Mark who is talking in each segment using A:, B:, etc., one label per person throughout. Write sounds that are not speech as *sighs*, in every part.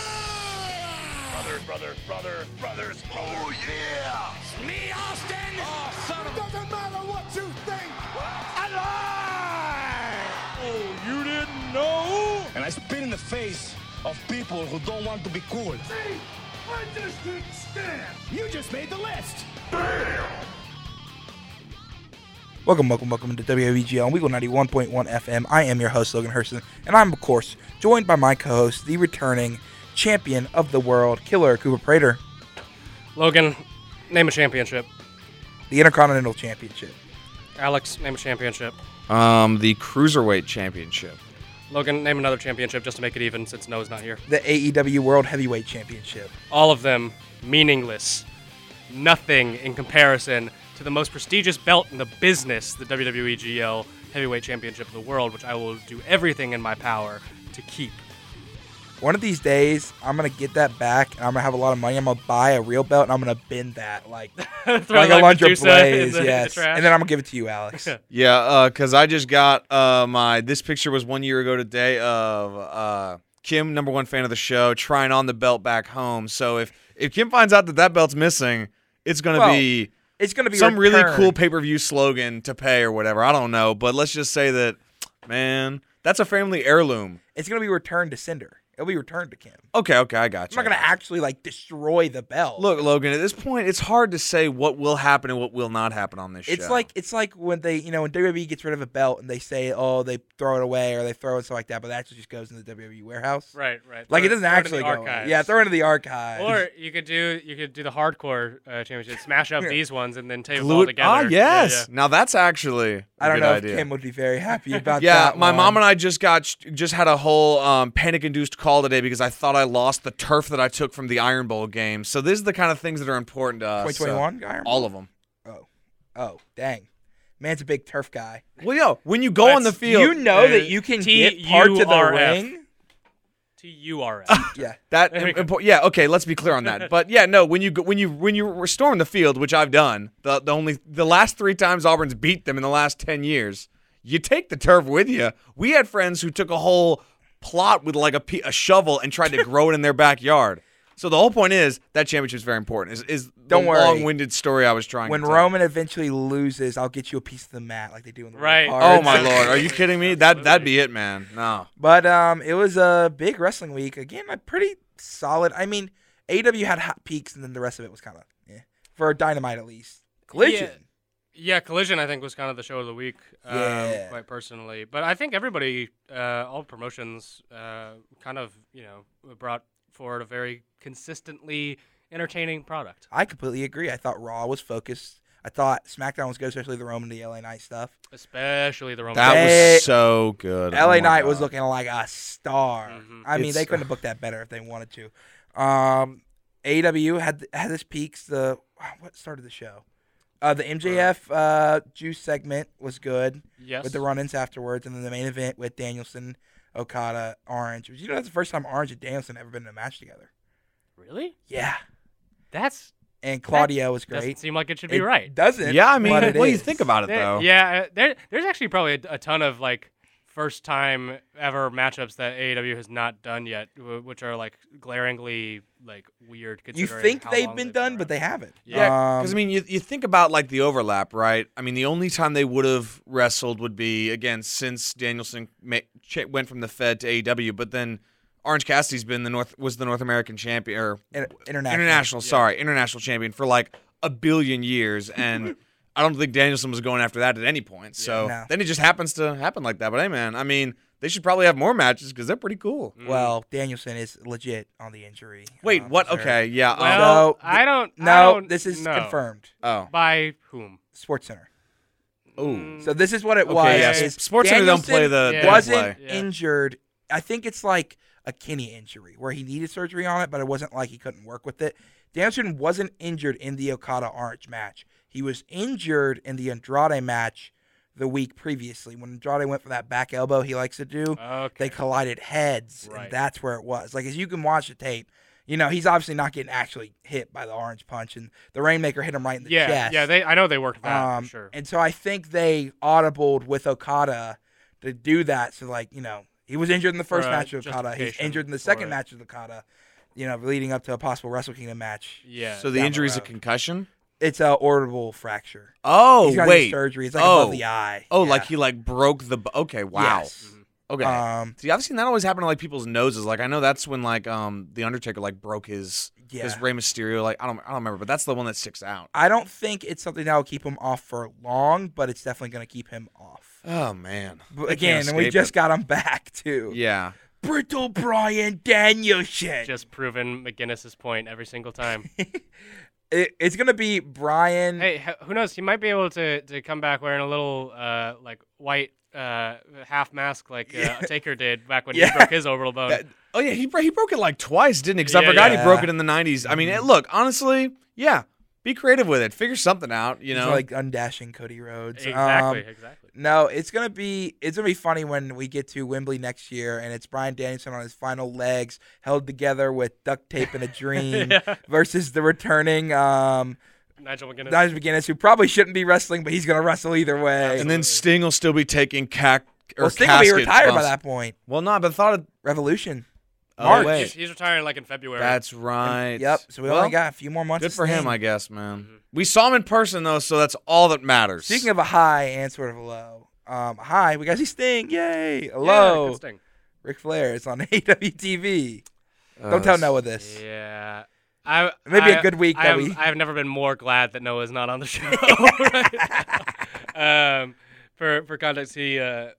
A: Yeah!
B: Brothers, brothers, brothers, brothers. Oh, yeah! It's me, Austin! Oh, son of
A: Doesn't matter what you think.
B: Oh, you didn't know?
C: and I spit in the face of people who don't want to be cool.
D: Welcome, welcome, welcome to WAVG on Weagle 91.1 FM. I am your host, Logan Hurston, and I'm, of course, joined by my co host, the returning champion of the world, Killer Cooper Prater,
E: Logan, name a championship.
D: the Intercontinental Championship.
E: Alex, name a championship.
F: Um, the cruiserweight championship.
E: Logan, name another championship just to make it even since Noah's not here.
D: the AEW World Heavyweight Championship.
E: All of them meaningless. Nothing in comparison to the most prestigious belt in the business, the WWE GL Heavyweight Championship of the world, which I will do everything in my power to keep.
D: One of these days, I'm gonna get that back, and I'm gonna have a lot of money. I'm gonna buy a real belt, and I'm gonna bend that like
E: *laughs* *laughs* Throw
D: like a
E: like
D: lunge of
E: Medusa in
D: blaze,
E: the- in the
D: yes.
E: trash.
D: and then I'm gonna give it to you,
E: *laughs*
D: Alex.
F: Yeah, uh, cause I just got uh my this picture was one year ago today of uh Kim, number one fan of the show, trying on the belt back home. So if if Kim finds out that that belt's missing, it's gonna
D: Well,
F: be
D: it's gonna be
F: some really
D: returned.
F: cool pay per view slogan to pay or whatever. I don't know, but let's just say that, man, that's a family heirloom.
D: It's gonna be returned to Cinder. It'll be returned to Kim.
F: Okay, okay, I got
D: I'm
F: you.
D: not gonna actually like destroy the belt.
F: look, Logan. At this point, it's hard to say what will happen and what will not happen on this show.
D: It's like it's like when they you know when WWE gets rid of a belt and they say oh they throw it away or they throw it stuff like that, but it actually just goes in the WWE warehouse.
E: Right, right.
D: Like it
E: Throw
D: doesn't
E: throw in
D: actually
E: the
D: go. away.
E: archives.
D: Yeah, throw it into the archives.
E: Or you could do you could do the hardcore uh, championship, smash up these ones and then tape them
F: Glue
E: all
F: it-
E: together.
F: ah,
E: Yeah,
F: yes.
E: yeah.
F: Now that's actually a
D: I don't
F: good
D: know
F: idea.
D: if Kim would be very happy about
F: yeah,
D: that.
F: my
D: one.
F: mom and I just got just had a whole um, panic-induced call today because I thought I lost the turf that I took from the Iron Bowl game. So this is the kind of things that are important to us. so-
D: 2021 Iron Bowl?
F: all of them.
D: Oh, dang. Man's a big turf guy.
F: Well, yo, when you go on the
E: That's-
F: field,
D: you know that you can get part to the
E: T-U-R-F.
D: ring.
E: T-U-R-F.
D: Yeah.
F: that
E: There we go.
F: impo- yeah, okay, let's be clear on
E: *laughs*
F: that. But yeah, no, when you go, when you when you storm the field, which I've done, the the only the last three times Auburn's beat them in the last ten years, you take the turf with you. We had friends who took a whole plot with like a, pe- a shovel and tried to grow it in their backyard. So the whole point is that championship's very important. Is is
D: Don't
F: the
D: worry.
F: long-winded story I was trying
D: When
F: to tell.
D: Roman eventually loses, I'll get you a piece of the mat like they do in the
E: Right.
D: Roman
F: Oh
D: cards.
F: my lord, are you kidding me? That that'd be it, man. No.
D: But um, it was a big wrestling week. Again, a pretty solid. I mean, AEW had hot peaks, and then the rest of it was kind of eh, for Dynamite at least. Collision.
E: yeah, Collision I think was kind of the show of the week, um,
D: Yeah.
E: quite personally. But I think everybody, uh, all promotions, uh, kind of you know brought forward a very consistently entertaining product.
D: I completely agree. I thought Raw was focused. I thought SmackDown was good, especially the Roman, the LA Knight stuff.
E: Especially the Roman.
F: That
D: They-
F: was so good. Oh
D: LA
F: my
D: Knight was
F: God.
D: looking like a star.
E: Mhm.
D: I mean, they
F: It's-
D: couldn't have booked that better if they wanted to. Um, AW had had this peaks. The what started the show? Uh, the MJF uh, juice segment was good
E: yes.
D: with the run-ins afterwards, and then the main event with Danielson, Okada, Orange. You know, that's the first time Orange and Danielson ever been in a match together.
E: Really?
D: Yeah,
E: That's
D: and Claudio was
E: doesn't
D: great.
E: seem like it should
D: It
E: be right.
D: Doesn't.
F: Yeah, I mean,
D: but it
F: what do you
D: is.
F: think about it
E: There-
F: though?
E: Yeah, uh, there, there's actually probably a, a ton of like first time ever matchups that AEW has not done yet, w- which are like glaringly like weird.
D: You
E: Considering
D: think
E: how
D: they've
E: long
D: been
E: they've
D: done,
E: around.
D: but they haven't.
F: Yeah, because I
D: Um,
F: mean, you, you think about like the overlap, right? I mean, the only time they would have wrestled would be again since Danielson ma- ch- went from the Fed to AEW, but then Orange Cassidy's been the North was the North American champion or
D: in- international.
F: international, sorry, international champion for like a billion years,
D: *laughs*
F: and I don't think Danielson was going after that at any point. So
D: No.
F: then it just happens to happen like that. But hey, man, I mean, they should probably have more matches because they're pretty cool.
D: Well, Danielson is legit on the injury.
F: Mm. Wait,
D: um,
F: what?
D: reserve.
F: Okay, yeah. um,
E: Well,
D: So,
E: I don't. I
D: No,
E: don't
D: this is
E: know.
D: confirmed.
F: oh,
E: By whom? Mm,
D: Sports Center.
F: oh.
D: So this is what it
F: Okay,
D: was.
F: yeah,
D: is
F: Sports Center don't play
D: Danielson
F: the-
E: they don't
D: wasn't
E: play. Yeah.
D: injured. I think it's like a kidney injury where he needed surgery on it, but it wasn't like he couldn't work with it. Danielson wasn't injured in the Okada Orange match. He was injured in the Andrade match the week previously when Andrade went for that back elbow he likes to do.
E: Okay.
D: they collided heads
E: Right.
D: and that's where it was like as you can watch the tape you know he's obviously not getting actually hit by the orange punch and the rainmaker hit him right in the
E: yeah,
D: chest
E: yeah. They. I know they worked that
D: um,
E: for sure.
D: and so i think they audibled with okada to do that so like you know He was injured in the first
E: a
D: match of Okada. He's
E: justification
D: injured in the
E: for
D: second
E: it.
D: match of Okada. You know, leading up to a possible Wrestle Kingdom match.
E: Yeah.
F: So
E: So
F: the
D: down the
F: injury's a
D: road.
F: concussion.
D: It's a orbital fracture.
F: Oh
D: He's got
F: wait,
D: surgery. It's like
F: oh.
D: above the eye.
F: Oh,
D: Yeah.
F: like he like broke the. b- Okay, wow.
D: Yes.
E: Mm-hmm.
F: Okay.
D: Um,
F: See, I've seen that always happen to like people's noses. Like I know that's when like um the Undertaker like broke his his
D: Yeah.
F: Rey Mysterio. Like I don't I don't remember, but that's the one that sticks out.
D: I don't think it's something that will keep him off for long, but it's definitely going to keep him off.
F: Oh man.
D: But
F: I can't
D: again, and we
F: escape
D: just
F: it.
D: got him back too.
F: yeah.
D: Brittle Brian Danielson.
E: just proven McGinnis's point every
D: *laughs*
E: single time.
D: It, it's going to be Brian.
E: hey, h- who knows? He might be able to, to come back wearing a little uh, like white uh, half mask like uh, Taker did back when
D: Yeah.
E: he broke his orbital bone.
F: That- oh yeah, he bro- he broke it like twice, didn't he? Because I
E: Yeah,
F: forgot he
D: yeah.
F: broke it in the '90s. I mean, eh, look, honestly, yeah, be creative with it. Figure something out. You
D: He's
F: know.
D: like undashing Cody Rhodes.
E: exactly.
D: Um,
E: exactly.
D: no, it's gonna be it's gonna be funny when we get to Wembley next year, and it's Brian Danielson on his final legs, held together with duct tape and a
E: *laughs*
D: dream, *laughs* versus the returning um,
E: Nigel McGinnis.
D: Nigel McGuinness, who probably shouldn't be wrestling, but he's gonna wrestle either way.
F: and then Sting will still be taking cac or
D: Well, Sting will be
F: casket
D: retired by
F: bumps.
D: that point.
F: Well, no, but I thought of,
D: Revolution.
F: oh,
D: March.
E: he's,
F: wait.
E: he's retiring like in February.
F: That's right.
D: Yep. So we
F: Well,
D: only got a few more months.
F: Good
D: of
F: for him,
D: Sting.
F: I guess, man. We saw him in person though, so that's all that matters.
D: Speaking of a high and sort of a low, um, high we got to see Sting. Yay! A
E: Yeah,
D: low,
E: good sting.
D: Ric Flair. It's on *laughs* AWTV.
F: Uh,
D: Don't tell Noah this.
E: Yeah. I,
D: Maybe a
E: I-
D: good week
E: I
D: that
E: have,
D: we-
E: I have never been more glad that Noah's not on
D: *laughs*
E: the show. *laughs* right now. um, for for context, he uh,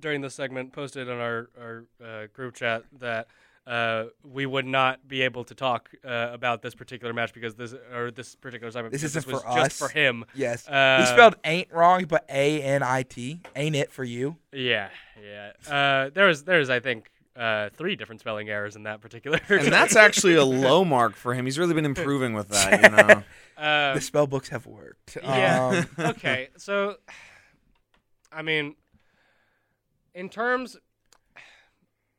E: during this segment posted on our our uh, group chat that uh, we would not be able to talk uh, about this particular match because this or this particular segment.
D: This
E: because
D: isn't
E: was
D: for
E: just
D: us.
E: for him.
D: Yes. he
E: Uh,
D: spelled ain't wrong, but A N I T. Ain't it for you?
E: Yeah, yeah. Uh, there was there was I think uh, three different spelling errors in that particular. Um,
F: and
E: *laughs*
F: that's actually a low mark for him. He's really been improving with that, you know.
E: um,
F: Uh,
D: The spell books
F: *laughs*
D: have worked.
E: Yeah.
D: Um,
E: *laughs* okay. So, I mean, in terms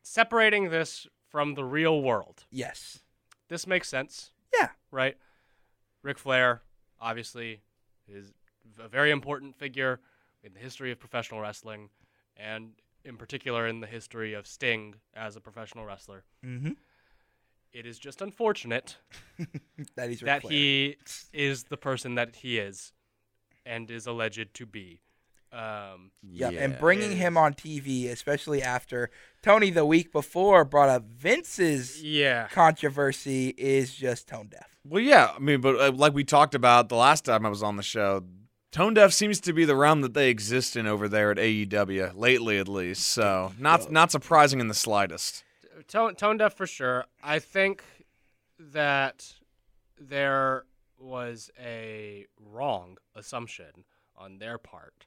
E: separating this from the real world,
D: yes.
E: this makes sense.
D: Yeah.
E: Right. Ric Flair, obviously, is a very important figure in the history of professional wrestling, and in particular in the history of Sting as a professional wrestler.
D: hmm
E: It is just unfortunate
D: That he's Ric
E: that
D: Flair.
E: he is the person that he is and is alleged to be. Um,
D: *laughs* Yep.
F: Yeah.
D: And bringing him on TV, especially after Tony the week before brought up Vince's
E: yeah.
D: controversy, is just tone deaf.
F: Well, yeah, I mean, but uh, like we talked about the last time I was on the show, tone deaf seems to be the realm that they exist in over there at AEW lately, at least. So not not surprising in the slightest.
E: Tone, tone deaf for sure. I think that there was a wrong assumption on their part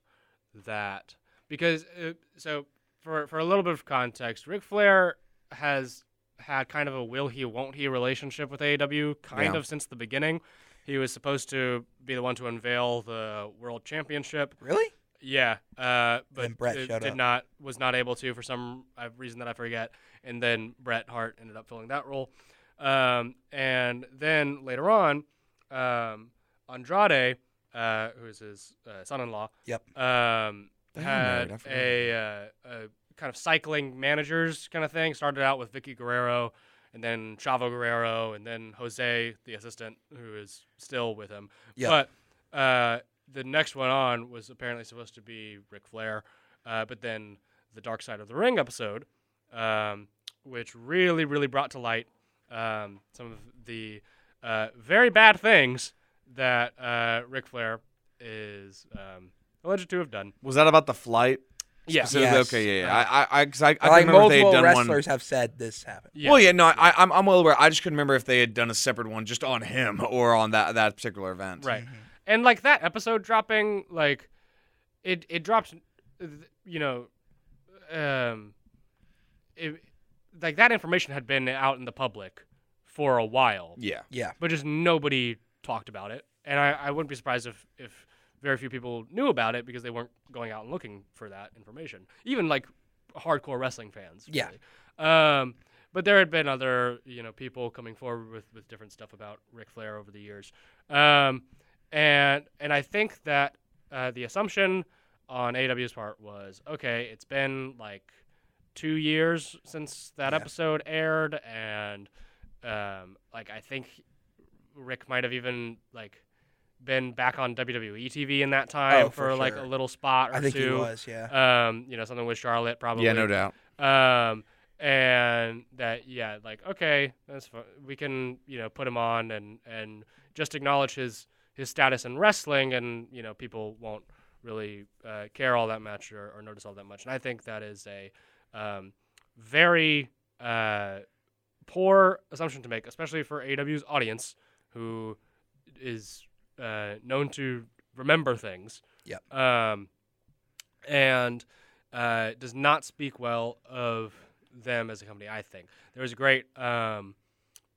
E: that because uh, so for for a little bit of context, Ric Flair has had kind of a will he won't he relationship with AEW kind
F: Yeah.
E: of since the beginning. He was supposed to be the one to unveil the world championship.
D: Really?
E: Yeah, uh, but
D: Bret
E: it
D: showed
E: did
D: up.
E: not was not able to for some uh, reason that I forget. And then Bret Hart ended up filling that role. Um, and then later on, um, Andrade, uh, who is his uh, son-in-law,
D: Yep.
E: um,
F: They are married, I
E: had
F: forgot.
E: a, uh, a kind of cycling managers kind of thing. Started out with Vicky Guerrero, and then Chavo Guerrero, and then Jose, the assistant, who is still with him.
D: Yeah.
E: But uh, the next one on was apparently supposed to be Ric Flair, uh, but then the Dark Side of the Ring episode, um, which really, really brought to light um, some of the uh, very bad things that uh, Ric Flair is um, alleged to have done.
F: Was that about the flight?
E: Yeah.
F: Specifically?
D: Yes.
F: Okay, yeah, yeah. I, I, I, cause I, I couldn't
D: like
F: remember if they had
D: multiple
F: done one.
D: wrestlers have said this happened.
E: Yeah.
F: Well, yeah, no, I, I'm, I'm well aware. I just couldn't remember if they had done a separate one just on him or on that that particular event.
E: Right. And like that episode dropping, like it it dropped, th- you know, um, it, like that information had been out in the public for a while,
F: Yeah.
D: Yeah.
E: but just nobody talked about it. And I, I wouldn't be surprised if if very few people knew about it because they weren't going out and looking for that information. Even like hardcore wrestling fans.
D: Yeah.
E: really. Um, but there had been other you know people coming forward with, with different stuff about Ric Flair over the years, um, and and I think that E uh, the assumption on AW's part was okay. It's been like two years since that episode aired, and um, like I think Rick might have even like been back on WWE TV in that time
D: Oh,
E: for,
D: for
E: like
D: sure.
E: a little spot or
D: I think
E: two.
D: he was, yeah.
F: uh,
E: Um, you know, something with Charlotte probably.
F: Yeah, no doubt.
E: Um, and that yeah, like okay, that's fine. we can you know put him on and and just acknowledge his his status in wrestling, and you know people won't really uh, care all that much or, or notice all that much. And I think that is a um, very uh, poor assumption to make, especially for AW's audience, who is uh, known to remember things.
D: Yep.
E: Um, and uh, does not speak well of them as a company. I think there was a great um,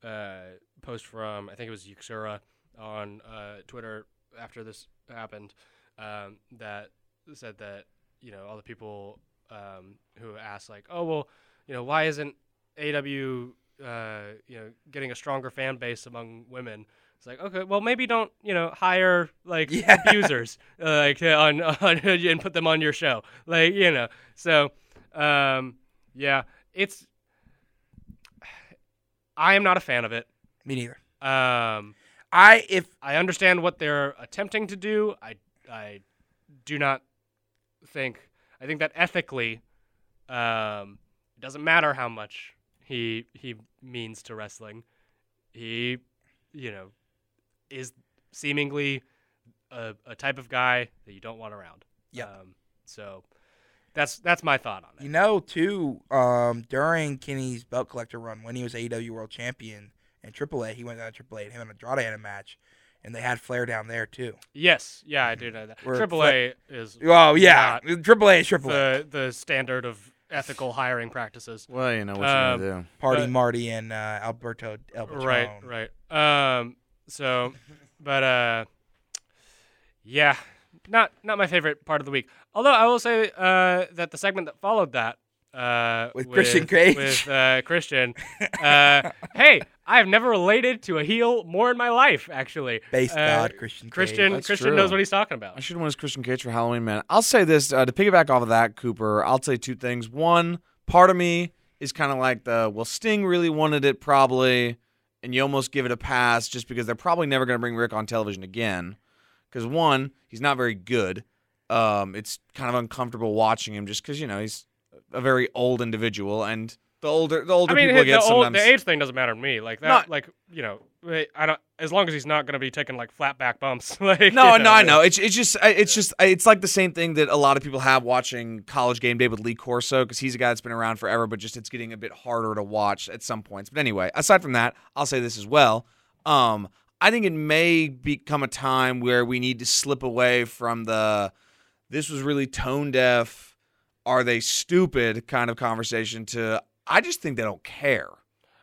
E: uh, post from I think it was Yuxura on uh, Twitter after this happened um, that said that you know all the people um, who asked like, oh well, you know why isn't AW uh, you know getting a stronger fan base among women? It's like okay, well maybe don't you know hire like
D: Yeah.
E: abusers uh, like uh, on, *laughs* on and put them on your show like you know so um, yeah it's *sighs* I am not a fan of it.
D: Me neither.
E: Um,
D: I if
E: I understand what they're attempting to do. I I do not think I think that ethically um it doesn't matter how much he he means to wrestling. He you know is seemingly a, a type of guy that you don't want around.
D: Yep.
E: Um, so that's that's my thought on it.
D: you know too, um, during Kenny's belt collector run when he was AEW World Champion and AAA, he went down to AAA and him and Andrade had a match, and they had Flair down there too.
E: yes, yeah, I do know that.
D: We're
E: Triple A is
D: Oh yeah, AAA is AAA.
E: the the standard of ethical hiring practices.
F: Well, you know what
E: Um,
F: you gonna do.
D: Party
E: uh,
D: Marty and uh, Alberto El Patron.
E: Right, right. Um,
D: *laughs*
E: so, but uh, yeah, not not my favorite part of the week. Although I will say uh, that the segment that followed that uh,
D: With Christian Cage.
E: with uh,
D: *laughs*
E: Christian, uh, hey, I have never related to a heel more in my life. Actually,
D: Base
E: Uh,
D: God Christian. Cage.
E: Christian
F: That's
E: Christian
F: true.
E: knows what he's talking
F: I
E: about.
F: should have won as Christian Cage for Halloween, man. I'll say this uh, to piggyback off of that, Cooper. I'll say two things. One, part of me is kind of like the well, Sting really wanted it probably, and you almost give it a pass just because they're probably never going to bring Rick on television again. Because one, he's not very good. Um, it's kind of uncomfortable watching him just because you know he's a very old individual, and the older the older
E: I mean,
F: people
E: the,
F: get,
E: old,
F: sometimes
E: the age thing doesn't matter to me. Like that,
F: Not-
E: like you know, I don't. As long as he's not going to be taking like flat back bumps. *laughs* like
F: No,
E: you
F: no, I know. It's it's just I- it's just I- it's like the same thing that a lot of people have watching College Game Day with Lee Corso because he's a guy that's been around forever, but just it's getting a bit harder to watch at some points. But anyway, aside from that, I'll say this as well. Um, I think it may become a time where we need to slip away from the this was really tone deaf, are they stupid kind of conversation to I just think they don't care.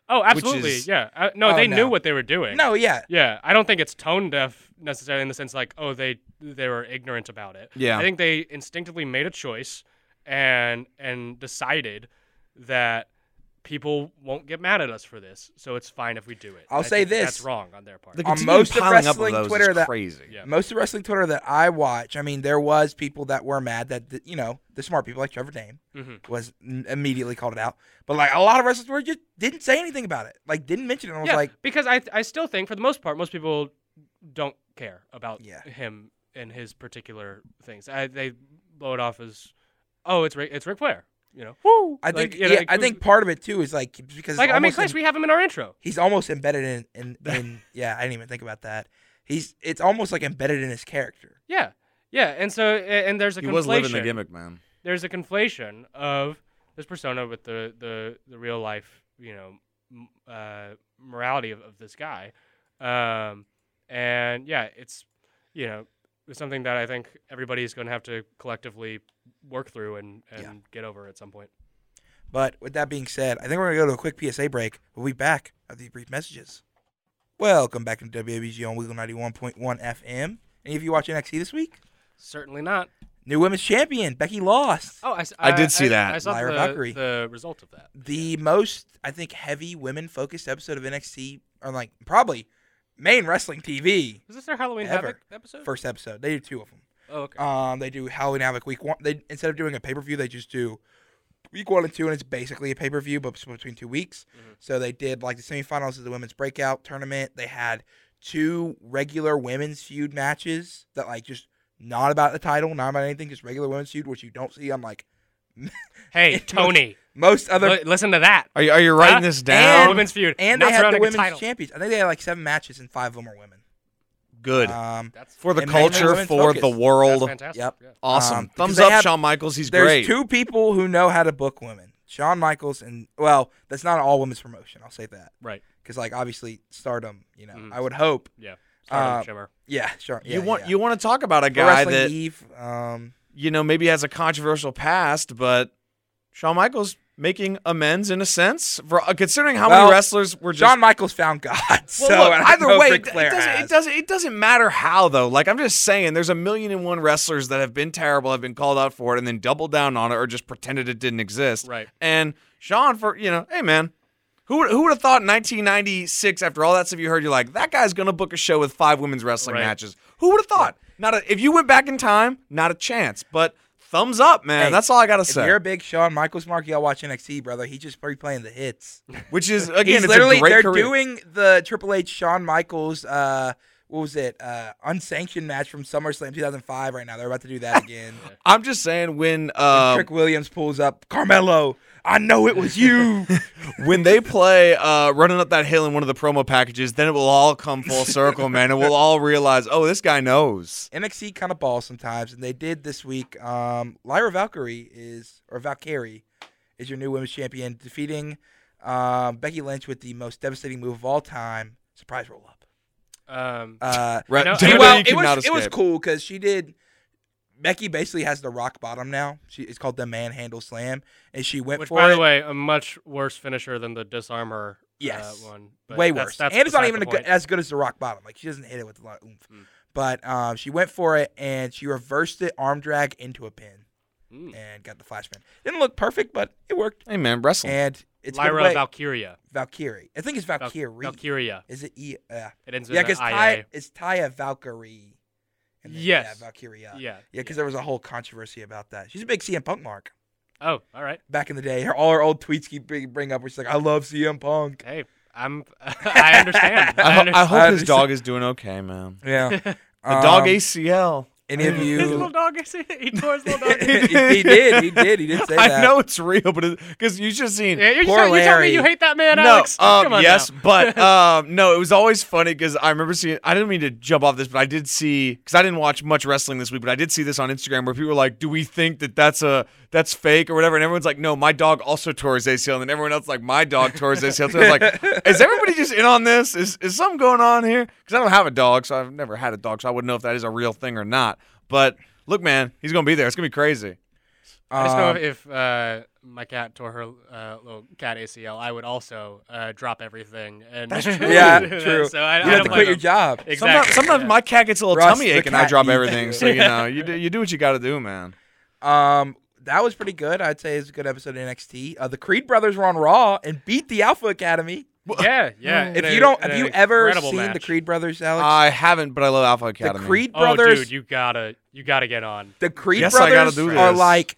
E: Oh, absolutely.
F: is-
E: yeah. I, no,
D: Oh,
E: they knew
D: no.
E: what they were doing.
D: No, yeah,
E: Yeah, I don't think it's tone deaf necessarily in the sense like, oh, they they were ignorant about it.
F: Yeah.
E: I think they instinctively made a choice and and decided that people won't get mad at us for this, so it's fine if we do it.
D: I'll
E: I
D: say
E: think that
D: this.
E: that's wrong on their part.
F: The
D: On
F: continued
D: most of
F: piling up
D: wrestling
F: those is
D: Twitter that-
F: crazy.
E: Yeah.
D: most of the wrestling Twitter that I watch, I mean, there was people that were mad that the, you know the smart people like Trevor Dame
E: Mhm.
D: was n- immediately called it out, but like a lot of wrestlers were just didn't say anything about it, like didn't mention it. And I was
E: yeah,
D: like,
E: because I I still think for the most part most people don't care about
D: Yeah.
E: him and his particular things. I, they blow it off as, oh, it's Rick, it's Ric Flair. You know, woo.
D: I think
E: Like, you know,
D: yeah,
E: like,
D: I
E: who-
D: think part of it too is like because it's
E: Like I mean,
D: almost
E: Chris,
D: in-
E: we have him in our intro.
D: he's almost embedded in in, in yeah, I didn't even think about that. He's it's almost like embedded in his character.
E: Yeah, yeah, and so a- and there's a
F: He
E: conflation.
F: was living the gimmick, man.
E: There's a conflation of this persona with the the, the real life, you know, m- uh, morality of, of this guy, um, and yeah, it's you know it's something that I think everybody's going to have to collectively work through and, and
D: Yeah.
E: get over at some point.
D: But with that being said, I think we're gonna go to a quick PSA break. We'll be back after these brief messages. Welcome back to WABG on Weagle ninety one point one FM. Any of you watch NXT this week?
E: Certainly not.
D: New women's champion Becky lost.
E: Oh, I, s-
F: I did see
E: I-
F: that.
E: I saw
D: Lyra
E: the,
D: Valkyrie.
E: the result of that.
D: The most I think heavy women focused episode of NXT, or like probably main wrestling TV.
E: Was this their Halloween
D: Ever.
E: Havoc episode?
D: First episode, they do two of them.
E: oh, okay.
D: Um, they do Halloween Havoc week one. They instead of doing a pay per view, they just do week one and two, and it's basically a pay per view, but it's between two weeks. So they did like the semifinals of the women's breakout tournament. They had two regular women's feud matches that like just not about the title, not about anything, just regular women's feud, which you don't see on like
F: *laughs*
E: Hey, Tony,
D: most other.
E: li- listen to that.
F: Are you, are you writing this down?
E: Uh, women's feud.
D: and
E: not
D: they had the
E: surrounding a
D: women's
E: title.
D: champions. I think they had like seven matches, and five of them are women.
F: Good.
D: Um,
E: That's
F: for the
D: and mainly
F: culture,
D: women's
F: for the
D: focus.
E: That's
F: world.
E: fantastic.
D: Yep.
E: Yeah.
F: Awesome.
D: Um, because
F: Thumbs
D: they
F: up,
D: have-
F: Shawn Michaels. He's
D: there's
F: great.
D: two people who know how to book women: Shawn Michaels and well, that's not an all women's promotion. I'll say that
E: Right.
D: because like obviously Stardom, you know, I would hope.
E: Yeah. Stardom,
D: Uh,
E: Shimmer.
D: Yeah, sure.
F: you want you want to talk about a guy
D: Wrestling
F: that
D: Eve, um,
F: you know maybe has a controversial past, but Shawn Michaels making amends in a sense, for, uh, considering how
D: Well,
F: many wrestlers were just
D: John Michaels found God. *laughs* so
F: Well,
D: I
F: look,
D: don't
F: either
D: know if
F: way,
D: Ric
F: it,
D: Flair
F: doesn't, it
D: has.
F: doesn't it doesn't matter how though. Like I'm just saying, there's a million and one wrestlers that have been terrible, have been called out for it, and then doubled down on it, or just pretended it didn't exist.
E: Right.
F: And Sean, for you know, hey man, who would- who would have thought in 1996 after all that stuff you heard, you're like that guy's gonna book a show with five women's wrestling
E: Right.
F: matches. Who would have thought? Not a, if you went back in time, not a chance. But thumbs up, man.
D: Hey,
F: That's all I gotta
D: If
F: say.
D: you're a big Shawn Michaels mark, you all watch NXT, brother. He's just replaying
F: *laughs*
D: the hits.
F: Which is again,
D: *laughs* He's
F: it's
D: literally
F: a great
D: they're
F: career.
D: doing the Triple H Shawn Michaels uh what was it? Uh unsanctioned match from SummerSlam 2005 right now. They're about to
F: *laughs*
D: do that again.
F: I'm just saying when um,
D: Trick Williams pulls up, Carmelo, I know it was you.
F: *laughs* when they play uh, running up that hill in one of the promo packages, then it will all come
D: *laughs*
F: full circle, man, and we'll all realize, oh, this guy knows.
D: NXT kind of balls sometimes, and they did this week. Um, Lyra Valkyrie is or Valkyrie is your new women's champion, defeating um, Becky Lynch with the most devastating move of all time, surprise roll up.
E: Um,
D: Uh,
F: Right?
E: know-
F: WWE
E: I
D: well, it
F: could not
D: was it was
F: escape.
D: cool because she did. Becky basically has the rock bottom now. She it's called the manhandle slam, and she went
E: which,
D: for
E: by
D: it.
E: the way, a much worse finisher than the disarmer uh,
D: Yes.
E: one. but
D: way
E: that's-
D: worse.
E: that's
D: and it's not
E: beside
D: even
E: the
D: a good,
E: point.
D: as good as the rock bottom. Like she doesn't hit it with a lot of oomph.
E: Mm.
D: But um, she went for it and she reversed it arm drag into a pin
E: Mm.
D: and got the flash pin. Didn't look perfect, but it worked.
F: Hey, man, wrestling.
D: And it's a good
E: Lyra
D: way-
E: Valkyria.
D: Valkyrie. I think it's
E: Val-
D: Valkyrie.
E: Valkyria.
D: Is it E? Uh,
E: It ends
D: yeah,
E: with
D: because
E: an
D: Ty
E: IA.
D: it's Taya Valkyrie. And then,
E: Yes.
D: Yeah, Valkyrie. Yeah,
E: Yeah.
D: because there was a whole controversy about that. She's a big CM Punk mark
E: Oh, all right.
D: back in the day. Her, all her old tweets keep bring, bring up where she's like, "I love CM
E: *laughs*
D: Punk."
E: Hey, I'm.
D: *laughs*
E: I understand.
F: I, ho-
E: understand.
F: I hope his
D: understand. Um,
F: dog is doing okay,
D: *laughs*
F: man.
D: Yeah, the
F: The dog ACL.
D: Any
E: *laughs*
D: of you? *laughs*
E: His little dog is he tore his little dog.
D: he, he did. He did. He did
E: *laughs*
D: say
F: *laughs* I
D: that. Um,
F: know it's real, but because you should seen.
E: Yeah, you're,
D: Poor
E: telling, you're telling me
D: Larry.
E: you hate that man,
F: No,
E: Alex? Come
F: um,
E: on
F: yes,
E: now. *laughs*
F: but um, no, it was always funny because I remember seeing. I didn't mean to jump off this, but I did see because I didn't watch much wrestling this week, but I did see this on Instagram where people were like, "Do we think that that's a that's fake or whatever?" And everyone's like, "No, my dog also tore his ACL," and then everyone else like, "My dog tore his ACL." So I was
E: *laughs*
F: like, "Is everybody just in on this? Is is something going on here?" Because I don't have a dog, so I've never had a dog, so I wouldn't know if that is a real thing or not. But look, man, he's gonna be there. It's gonna be crazy.
E: I just know
D: Um,
E: if uh, my cat tore her uh, little cat ACL, I would also uh, drop everything. And *laughs*
F: That's true.
D: yeah,
E: do that.
D: true.
E: So I,
D: you
E: I
D: have
E: don't
D: to
E: blame
D: quit your
E: him.
D: job.
E: Exactly.
F: Sometimes, sometimes
E: yeah.
F: my cat gets a little
D: Russ,
F: tummy
D: the
F: ache, and I
D: cat
F: drop
D: eats.
F: everything. So you know, you do, you do what you got to do, man.
D: Um, that was pretty good. I'd say it's a good episode of NXT. Uh, the Creed brothers were on Raw and beat the Alpha Academy.
E: yeah, yeah.
D: If
E: in
D: you
E: a-
D: don't,
E: in
D: have
E: an
D: you ever
E: incredible
D: seen the
E: match.
D: Creed brothers, Alex?
F: I haven't, but I love Alpha
D: the
F: Academy.
D: Creed
E: Oh,
D: brothers.
E: dude, you gotta, you gotta get on.
D: the Creed
F: Yes, I gotta
D: brothers
F: do
D: are
F: this.
D: like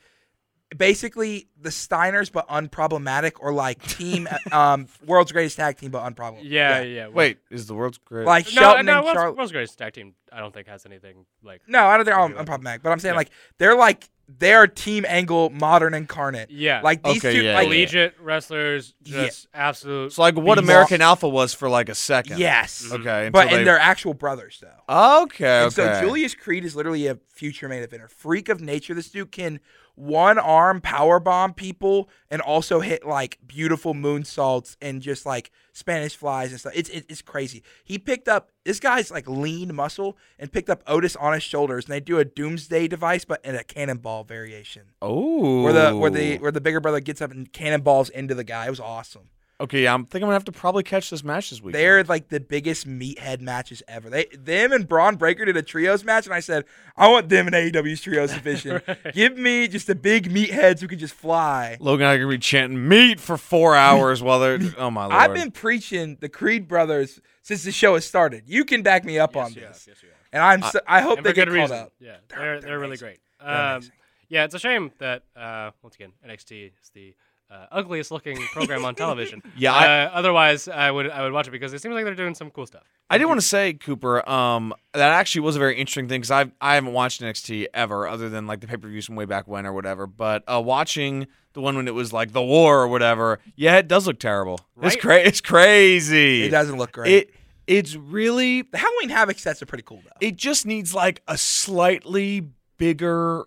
D: basically the Steiners, but unproblematic, or like
F: *laughs*
D: team um world's greatest tag team, but unproblematic.
E: Yeah, yeah.
F: Wait, is the world's great?
D: like
E: no,
D: Shelton
E: no,
D: and
E: World's,
D: Charlotte.
E: World's greatest tag team. I don't think has anything like.
D: No, I don't think I'm,
E: Maybe
D: I'm
E: like-
D: problematic, but I'm saying
E: Yeah.
D: like they're like they're Team Angle modern incarnate.
E: Yeah.
D: like these
F: Okay,
D: two,
F: yeah,
D: like,
F: yeah.
E: collegiate wrestlers,
D: Yeah.
E: just absolute.
F: it's like what
D: Beast.
F: American Alpha was for like a second.
D: yes,
E: Mm.
F: Okay.
D: but
F: until
D: and
F: they-
D: they're actual brothers though.
F: okay.
D: And
F: Okay.
D: so Julius Creed is literally a future main eventer, freak of nature. This dude can one arm power bomb people and also hit like beautiful moonsaults and just like Spanish flies and stuff. It's it- it's crazy. He picked up this guy's like lean muscle and picked up Otis on his shoulders, and they do a doomsday device, but in a cannonball variation.
F: oh.
D: where the where the where the bigger brother gets up and cannonballs into the guy. It was awesome.
F: okay, I'm think I'm gonna have to probably catch this match this week.
D: They're like the biggest meathead matches ever. They them and Braun Breaker did a trios match, and I said I want them in AEW's
E: *laughs*
D: trios division. Give me just the big meatheads who can just fly.
F: Logan and I are gonna be chanting meat for
D: *laughs*
F: four hours while they're. Oh my lord.
D: I've been preaching the Creed brothers since the show has started. You can back me up on
E: yes, you
D: this,
E: have, yes, you have.
D: and I'm so, I hope
E: And
D: they
E: for
D: get
E: good
D: called
E: reason.
D: up.
E: Yeah,
D: They're-
E: they're
D: they're
E: they're really
D: amazing.
E: great.
D: They're
E: Um,
D: amazing.
E: Yeah, it's a shame that uh, once again NXT is the uh, ugliest looking
D: *laughs*
E: program on television.
F: Yeah,
E: Uh,
F: I-
E: otherwise, I would I would watch it because it seems like they're doing some cool stuff.
F: I did want to say, Cooper, um, that actually was a very interesting thing because I I haven't watched NXT ever, other than like the pay per views from way back when or whatever. But uh, watching the one when it was like the war or whatever, yeah, it does look terrible. It's
E: Right?
F: cra- It's crazy.
D: It doesn't look great.
F: It it's really
D: the Halloween Havoc sets are pretty cool though.
F: it just needs like a slightly bigger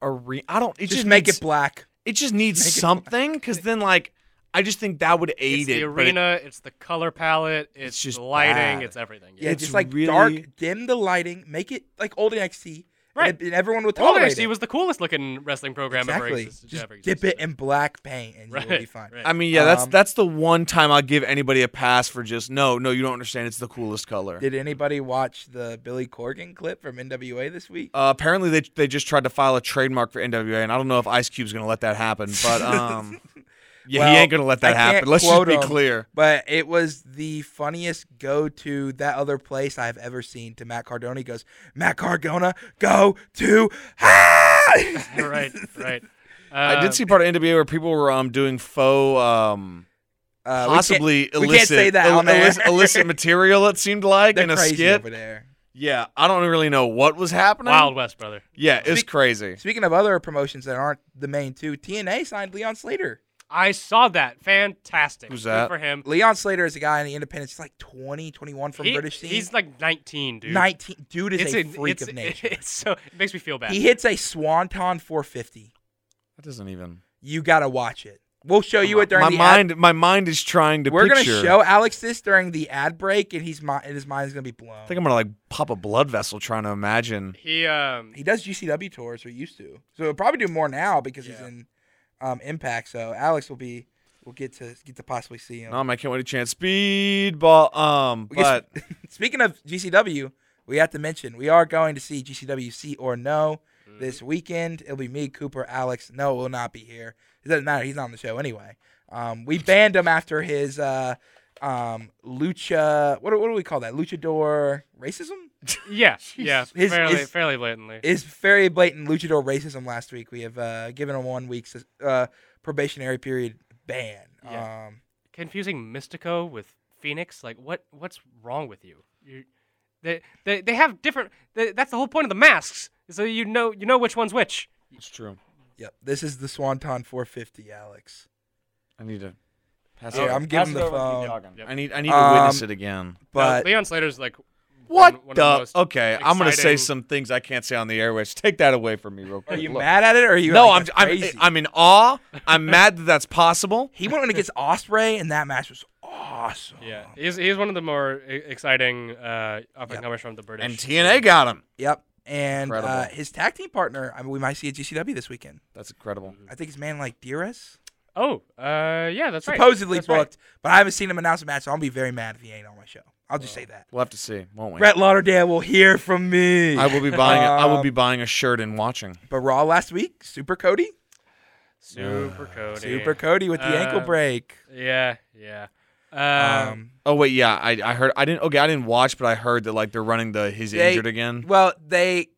F: arena. I don't. It
D: just,
F: just,
D: make
F: needs-
D: it black.
F: It just needs
D: Make it
F: something because then like I just think that would aid
E: it's
F: it.
E: the
F: but it-
E: arena, it's the color palette, it's,
F: just
E: the lighting,
F: bad.
E: it's everything.
D: Yeah,
F: It's
D: just like
F: really-
D: dark, dim the lighting, make it like old NXT,
E: Right.
D: And, and everyone would
E: Old
D: tolerate
E: NXT
D: it.
E: was the coolest looking wrestling program ever
D: exactly.
E: existed.
D: Just
E: ever
D: dip
E: existed.
D: it
E: *laughs*
D: in black paint and
E: Right,
D: you'll be fine. *laughs*
E: right.
F: I mean, yeah, that's
D: Um,
F: that's the one time I'll give anybody a pass for just no, no, you don't understand. It's the coolest color.
D: Did anybody watch the Billy Corgan clip from NWA this week?
F: Uh, apparently, they they just tried to file a trademark for NWA, and I don't know if Ice Cube's gonna let that happen.
D: *laughs*
F: But um, yeah,
D: Well,
F: he ain't gonna let that
D: I can't
F: happen. Let's just
D: quote
F: be
D: him,
F: clear.
D: But it was the funniest go to that other place I've ever seen to Matt Cardona. He goes, Matt Cardona, go to ah!
E: *laughs* *laughs* right, right. Uh,
F: I did see part of NWA where people were um doing faux um
D: Uh, we can't-
F: possibly
D: we
F: illicit
D: can't say that
F: ill-
D: on there.
F: illicit, illicit material. It seemed like
D: *laughs* They're
F: in a
D: crazy
F: skit.
D: over there.
F: Yeah, I don't really know what was happening.
E: Wild West, brother.
F: Yeah, it's
D: Speak-
F: crazy.
D: Speaking of other promotions that aren't the main two, TNA signed Leon Slater.
E: I saw that. Fantastic.
F: Who's
E: Good
F: that?
E: for him?
D: Leon Slater is a guy in the independents, he's like 20, 21 from
E: He-
D: British scene.
E: He's like 19, dude.
D: 19. Dude is a
E: in- *laughs*
D: freak
E: it's-
D: of nature.
E: It's so it makes me feel bad.
D: he hits a Swanton 450.
F: That doesn't even.
D: You got to watch it. We'll show you it during
F: My
D: the ad
F: mind, my mind is trying to.
D: We're
F: picture.
D: gonna show Alex this during the ad break, and he's mi- and his mind's gonna be blown.
F: I think I'm gonna like pop a blood vessel trying to imagine.
E: he um
D: he does GCW tours, or used to, so he'll probably do more now because he's
E: Yeah.
D: in um, Impact. So Alex will be, we'll get to get to possibly see him.
F: No, I can't wait to chance speedball. Um,
D: We guess-
F: but
D: *laughs* speaking of GCW, we have to mention we are going to see GCW See or No
F: Mm-hmm.
D: this weekend. It'll be me, Cooper, Alex. No, will not be here. It doesn't matter. He's not on the show anyway.
F: *laughs*
D: Um, we banned him after his uh, um, lucha. What, do- what do we call that? Luchador racism.
E: yeah, yeah,
D: His-
E: fairly
D: his-
E: fairly blatantly.
D: is very blatant luchador racism last week. We have uh, given him one week's uh, probationary period ban.
E: Yeah.
D: Um,
E: Confusing Mystico with Phoenix, like what what's wrong with you? You they they, they have different they, that's the whole point of the masks. So you know you know which one's which.
F: it's true.
D: yep. This is the Swanton 450, Alex.
F: I need to pass
D: Here, I'm giving the phone.
E: Yep.
F: I need, I need to
D: Um,
F: witness it again.
D: But
E: no, Leon Slater's like
F: What
E: one of the
F: the?
E: most
F: okay, I'm gonna say
E: exciting-
F: some things I can't say on the airwaves. *laughs* Take that away from me, real quick.
D: are you
F: Look.
D: mad at it? Or are you?
F: No,
D: like,
F: I'm,
D: that's
F: I'm,
D: crazy?
F: I'm in awe. *laughs* I'm mad that that's possible.
D: He went against Osprey, and that match was awesome.
E: yeah, he's he's one of the more e- exciting uh up and comers from the British.
F: And TNA got him.
D: Yep. And uh,
F: Incredible.
D: his tag team partner, I mean, we might see at GCW this weekend.
F: That's incredible.
D: I think his man like Dearest,
E: Oh, uh yeah, that's right.
D: supposedly
E: That's right.
D: booked, but I haven't seen him announce a match. So I'll be very mad if he ain't on my show. I'll just say that.
F: We'll have to see, won't we?
D: Brett Lauderdale will hear from me.
F: I will be buying. A, I will
D: Um,
F: be buying a shirt and watching.
D: But Raw last week, Super Cody,
E: Super Cody.
D: Super Cody with the ankle
E: Uh,
D: break.
E: Yeah, yeah.
D: Um,
E: Um,
F: Oh wait, yeah, I, I heard. I didn't. Okay, I didn't watch, but I heard that like they're running the his
D: They-
F: injured again.
D: well, they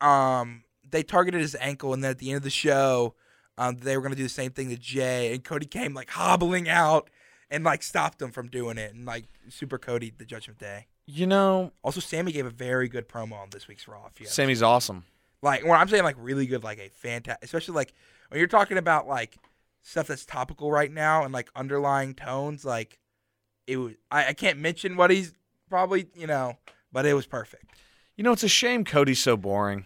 D: um they targeted his ankle, and then at the end of the show, um they were gonna do the same thing to Jay, and Cody came like hobbling out and like stopped him from doing it, and like Super Cody the Judgment Day.
F: You know,
D: Also, Sammy gave a very good promo on this week's Raw. If you haven't
F: Sammy's awesome.
D: Like when I'm saying like really good, like a fantastic, especially like when you're talking about like stuff that's topical right now and like underlying tones, like it was. I, I can't mention what he's probably you know, but it was perfect.
F: You know, it's a shame Cody's so boring.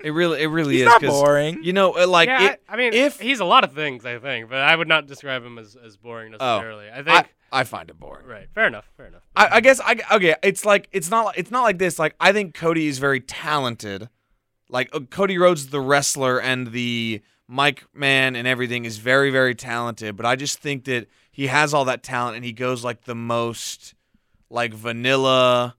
F: *laughs* it really, it really
D: He's
F: is.
D: not
F: 'cause,
D: boring.
F: You know, uh, like
E: yeah,
F: it-
E: I, I mean,
F: if
E: he's a lot of things, I think, but I would not describe him as, as boring necessarily. I
F: Oh, I,
E: think
F: I find it boring.
E: right, fair enough, fair enough.
F: I, I guess I okay. It's like it's not like it's not like this. Like I think Cody is very talented. Like uh, Cody Rhodes, the wrestler and the mic man and everything, is very very talented. But I just think that he has all that talent and he goes like the most like vanilla,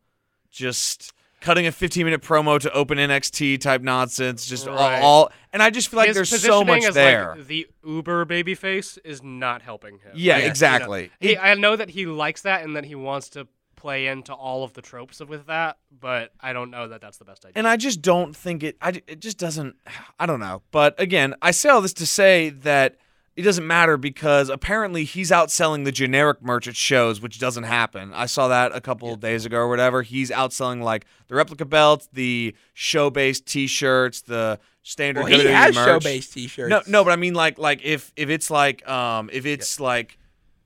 F: just cutting a 15 minute promo to open NXT type nonsense. Just all-
E: Right.
F: all, and I just feel like
E: His
F: there's so
E: positioning
F: much
E: as,
F: there.
E: Like, the Uber babyface is not helping him.
F: yeah,
D: Yes, you know,
F: exactly.
E: He, I know that he likes that and that he wants to play into all of the tropes of with that, but I don't know that that's the best idea.
F: And I just don't think it. I j- it just doesn't. I don't know. But again, I say all this to say that it doesn't matter because apparently he's outselling the generic merch at shows, which doesn't happen. I saw that a couple of days ago or whatever. He's outselling like the replica belts, the show-based T-shirts, the standard.
D: Well, he
F: WWE
D: has
F: merch.
D: show based t shirts.
F: No, no, but I mean like like if if it's like um if it's like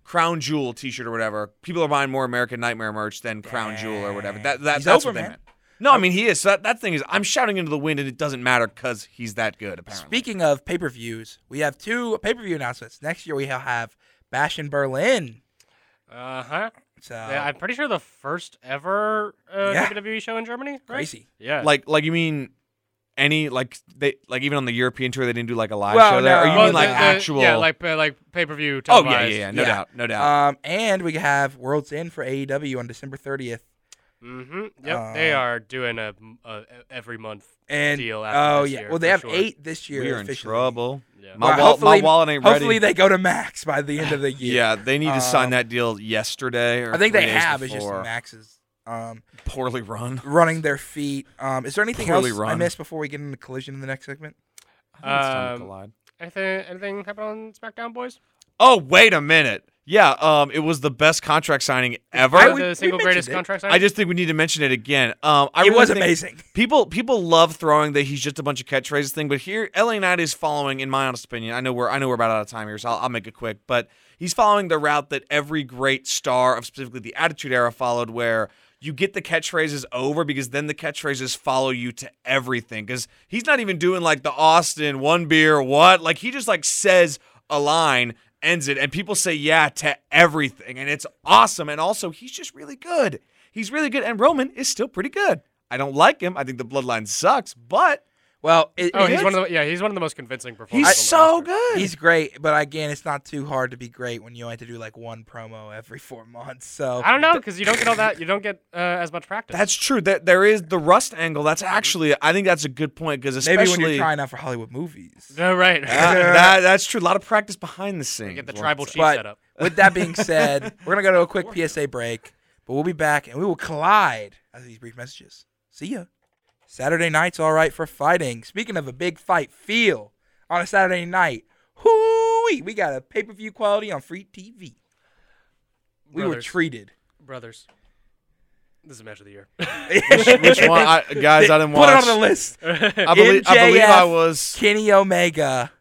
F: crown jewel T-shirt or whatever, people are buying more American Nightmare merch than crown jewel or whatever. That, that
D: He's
F: that's
D: over,
F: what they
D: man.
F: meant. No, I mean he is. So that, that thing is, I'm shouting into the wind, and it doesn't matter because he's that good. Apparently,
D: Speaking of pay per views, we have two pay per view announcements. Next year, we have Bash in Berlin.
E: Uh huh.
D: So,
E: Yeah, I'm pretty sure the first ever uh,
D: Yeah.
E: WWE show in Germany. Right?
D: crazy.
E: Yeah.
F: like like you mean any like they like even on the European tour they didn't do like a live
D: Well,
F: show there. Or you
D: no.
F: mean
D: Well,
F: like
E: the- the-
F: actual?
E: Yeah, like uh, like pay per view.
F: oh yeah, yeah, yeah, no
D: Yeah.
F: doubt, no doubt.
D: Um, and we have World's End for AEW on December 30th.
E: Mm-hmm. Yep. they
D: Uh,
E: are doing a, a e, every month
D: And
E: deal. After
D: oh
E: this
D: yeah,
E: year,
D: well they
E: for
D: have
E: sure.
D: eight this year.
F: We're in
D: officially.
F: trouble.
E: Yeah.
F: My, wall-
D: Well,
F: my
D: hopefully-
F: wallet ain't ready.
D: Hopefully they go to max by the end
F: *laughs*
D: of the year.
F: yeah, they need to sign
D: Um,
F: that deal yesterday. Or
D: I think they
F: three days
D: have. It's just
F: before.
D: Max is um,
F: poorly run.
D: running their feet. Um, is there anything
F: Poorly
D: else I
F: run.
D: missed before we get into collision in the next segment?
E: Um, anything anything happen on SmackDown, boys?
F: Oh, wait a minute. Yeah, um, it was the best contract signing ever.
D: I
E: Or
D: would- we
E: the single
D: mentioned
E: greatest
D: it.
E: contract signing.
F: I just think we need to mention it again. Um, I
D: it
F: really
D: was
F: think
D: amazing.
F: People people love throwing the he's just a bunch of catchphrases thing, but here LA Knight is following, in my honest opinion. I know we're I know we're about out of time here, so I'll, I'll make it quick. But he's following the route that every great star of specifically the Attitude Era followed, where you get the catchphrases over because then the catchphrases follow you to everything. Because he's not even doing like the Austin one beer what like he just like says a line ends it and people say yeah to everything and it's awesome and also he's just really good he's really good and roman is still pretty good i don't like him i think the bloodline sucks but
D: Well, it,
E: Oh, he's
D: it's-
E: one of the yeah he's one of the most convincing
F: he's
E: performers. on the
F: so
E: roster.
F: good
D: He's great, but again, it's not too hard to be great when you only have to do like one promo every four months. So
E: I don't know because you don't get all that. You don't get uh, as much practice.
F: that's true that there is the rust angle that's actually i think that's a good point because
D: Mm-hmm. maybe
F: especially
D: when you're trying out for Hollywood movies.
E: *laughs* no
D: *laughs*
E: right.
F: Yeah, that- that's true a lot of practice behind the scenes
E: get the
F: Lawrence
E: tribal
F: said.
E: chief
D: But
E: setup.
D: with that being said, we're gonna go to a quick PSA break, but we'll be back and we will collide after these brief messages. See ya. Saturday night's all right for fighting. Speaking of a big fight feel on a Saturday night, hoo we got a pay per view quality on free TV. We were
E: Brothers.
D: treated.
E: *laughs* Brothers. This is the match of the year.
F: *laughs*
E: *laughs*
F: which one
D: *laughs*
F: I, guys i didn't
D: Put it
F: watch
D: on the list.
F: I, believe, I believe i
D: MJF.
F: was
D: Kenny Omega,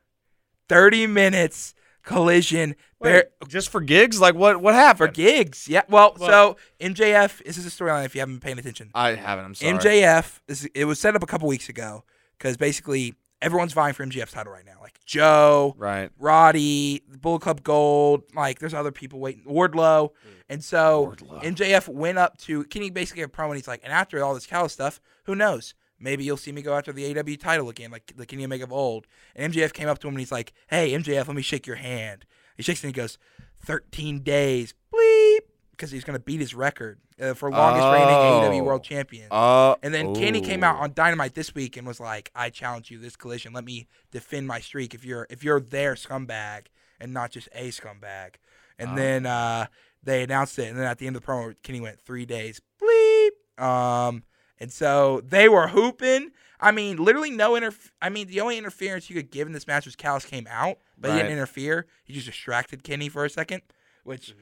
D: 30 minutes collision
F: Wait,
D: Bear-
F: just for gigs like what what happened
D: for gigs. Yeah. Well, so
E: Well-
D: MJF, this is a storyline if you haven't been paying attention.
F: I haven't. I'm sorry.
D: MJF, this, it was set up a couple weeks ago because basically everyone's vying for MJF's title right now. Like Joe,
F: Right.
D: Roddy, Bull Club Gold, like there's other people waiting, Wardlow. And so
F: Mm. Wardlow.
D: MJF went up to Kenny basically a promo and he's like, and after all this Cal stuff, who knows? Maybe you'll see me go after the AW title again, like the Kenny Omega of old. And MJF came up to him and he's like, hey, MJF, let me shake your hand. He shakes it and he goes, 13 days, bleep, because he's going to beat his record uh, for longest reigning
F: Oh.
D: AEW world champion.
F: Uh,
D: And then Kenny came out on Dynamite this week and was like, "I challenge you this collision. Let me defend my streak. If you're if you're their scumbag and not just a scumbag." And then uh, they announced it. And then at the end of the promo, Kenny went three days bleep. Um, and so they were hooping. I mean, literally no interf. I mean, the only interference you could give in this match was Callis came out, but he
F: Right.
D: didn't interfere. He just distracted Kenny for a second, which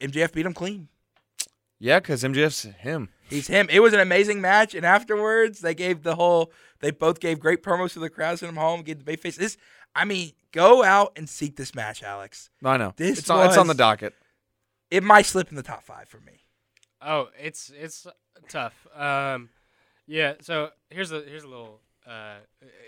D: MJF beat him clean.
F: Yeah, because MJF's him.
D: He's him. It was an amazing match, and afterwards they gave the whole. They both gave great promos to the crowd, sent them home, gave the big face. This, I mean, go out and seek this match, Alex.
F: No, I know.
D: This
F: it's, on, it's on the
D: was-
F: docket.
D: It might slip in the top five for me.
E: Oh, it's it's tough. Um, yeah. So here's a here's a little uh,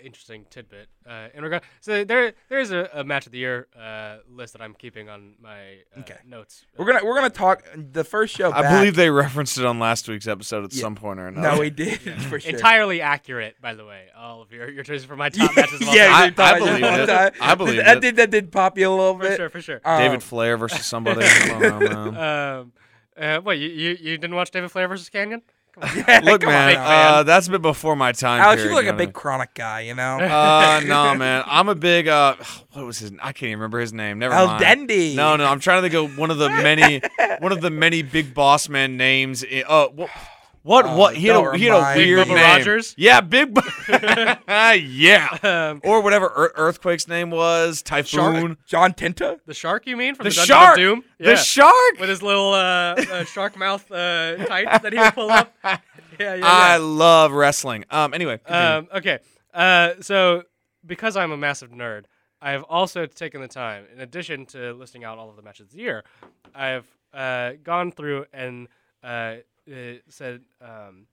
E: interesting tidbit uh, in regard. So there there's a, a match of the year uh, list that I'm keeping on my uh,
D: Okay.
E: notes.
D: We're gonna we're gonna talk the first show.
F: I
D: back-
F: believe they referenced it on last week's episode at
D: Yeah.
F: some point or another.
D: No, we did *laughs* for sure.
E: entirely accurate, by the way. All of your your choices for my top matches. Of
D: *laughs*
E: all
D: yeah,
E: time.
F: I-
D: we talked
F: I believe
D: about
F: it.
D: that.
F: I believe
D: that
F: it.
D: did that did pop you a little
E: for
D: bit.
E: sure, for sure.
D: Um,
F: *laughs*
D: *laughs*
F: David Flair versus somebody. I don't know, man.
E: Um, uh, what you, you you didn't watch David Flair versus Canyon?
F: Look, man,
E: fake fan.
F: uh, that's a bit before my time.
D: Alex, you
F: period,
D: look
F: you
D: like
F: know
D: a
F: what I
D: big chronic guy, you
E: *laughs*
D: know?
F: mean? Uh,
D: *laughs*
F: no, man, I'm a big. Uh, *sighs* what was his? I can't even remember his name. Never
D: El
F: mind.
D: Dandy.
F: No, no, I'm trying to think of one of the
D: *laughs*
F: many, one of the many big boss man names. i- uh, what? What?
D: Oh,
F: what? He had, a,
D: don't
F: he had a
D: remind
F: weird
E: me. Big Bubba
F: name.
E: Rogers?
F: Yeah, big.
E: *laughs*
F: Bu- *laughs* yeah.
E: Um,
F: or whatever Ear- Earthquake's name was,
D: Shark-
F: Typhoon,
D: John Tinta?
E: the shark, you mean? From
F: the,
E: the, Dungeon
F: shark,
E: of Doom?
F: the shark.
E: With his little uh, uh, shark mouth uh, tights that he would
D: *laughs*
E: pull up. Yeah, yeah,
F: I
E: yeah.
F: love wrestling. Um, anyway, continue.
E: um, okay. Uh, so, because I'm a massive nerd, I have also taken the time, in addition to listing out all of the matches of the year, I have uh, gone through and uh, uh, said um,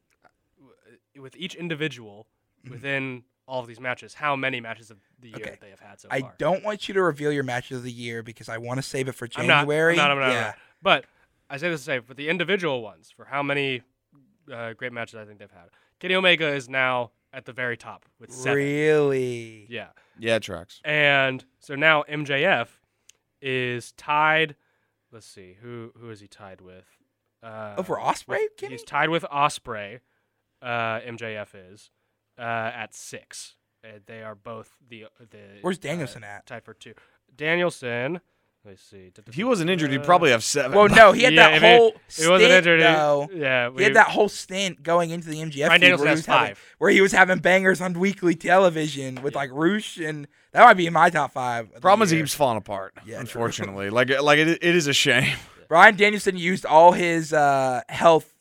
E: w- with each individual within all of these matches how many matches of the year
D: Mm-hmm. Okay.
E: that they have had so
D: I
E: far.
D: don't want you to reveal your matches of the year because I want to save it for
E: I'm not-
D: January.
E: I'm not. I'm not. I'm
D: yeah.
E: not. But I say this to say for the individual ones, for how many uh, great matches I think they've had. Kenny Omega is now at the very top with seven.
D: Really?
E: Yeah,
F: yeah, tracks.
E: and so now MJF is tied. Let's see who who is he tied with? Uh,
D: Over Osprey,
E: with-
D: Kenny?
E: He's tied with Osprey. Uh, MJF is uh, at six. Uh, they are both the the.
D: Where's
E: uh,
D: Danielson at?
E: tied for two. Danielson. Let me see.
F: If he wasn't injured, he'd
E: Uh,
F: probably have seven.
D: Well, no, Oh, he had
E: Yeah,
D: that
E: if he-
D: whole
E: if he wasn't
D: stint,
E: injured, he-
D: though.
E: yeah,
D: He had that whole stint going into the MGF
E: Brian
D: feud
E: Danielson
D: where, he
E: has
D: was having,
E: five.
D: where he was having bangers on weekly television with like Roosh, and that might be in my top five. of
F: *laughs*
D: the
F: problem is he
D: year.
F: keeps falling apart.
D: Yeah,
F: unfortunately, like like it, it is a shame.
D: Brian Danielson used all his uh, health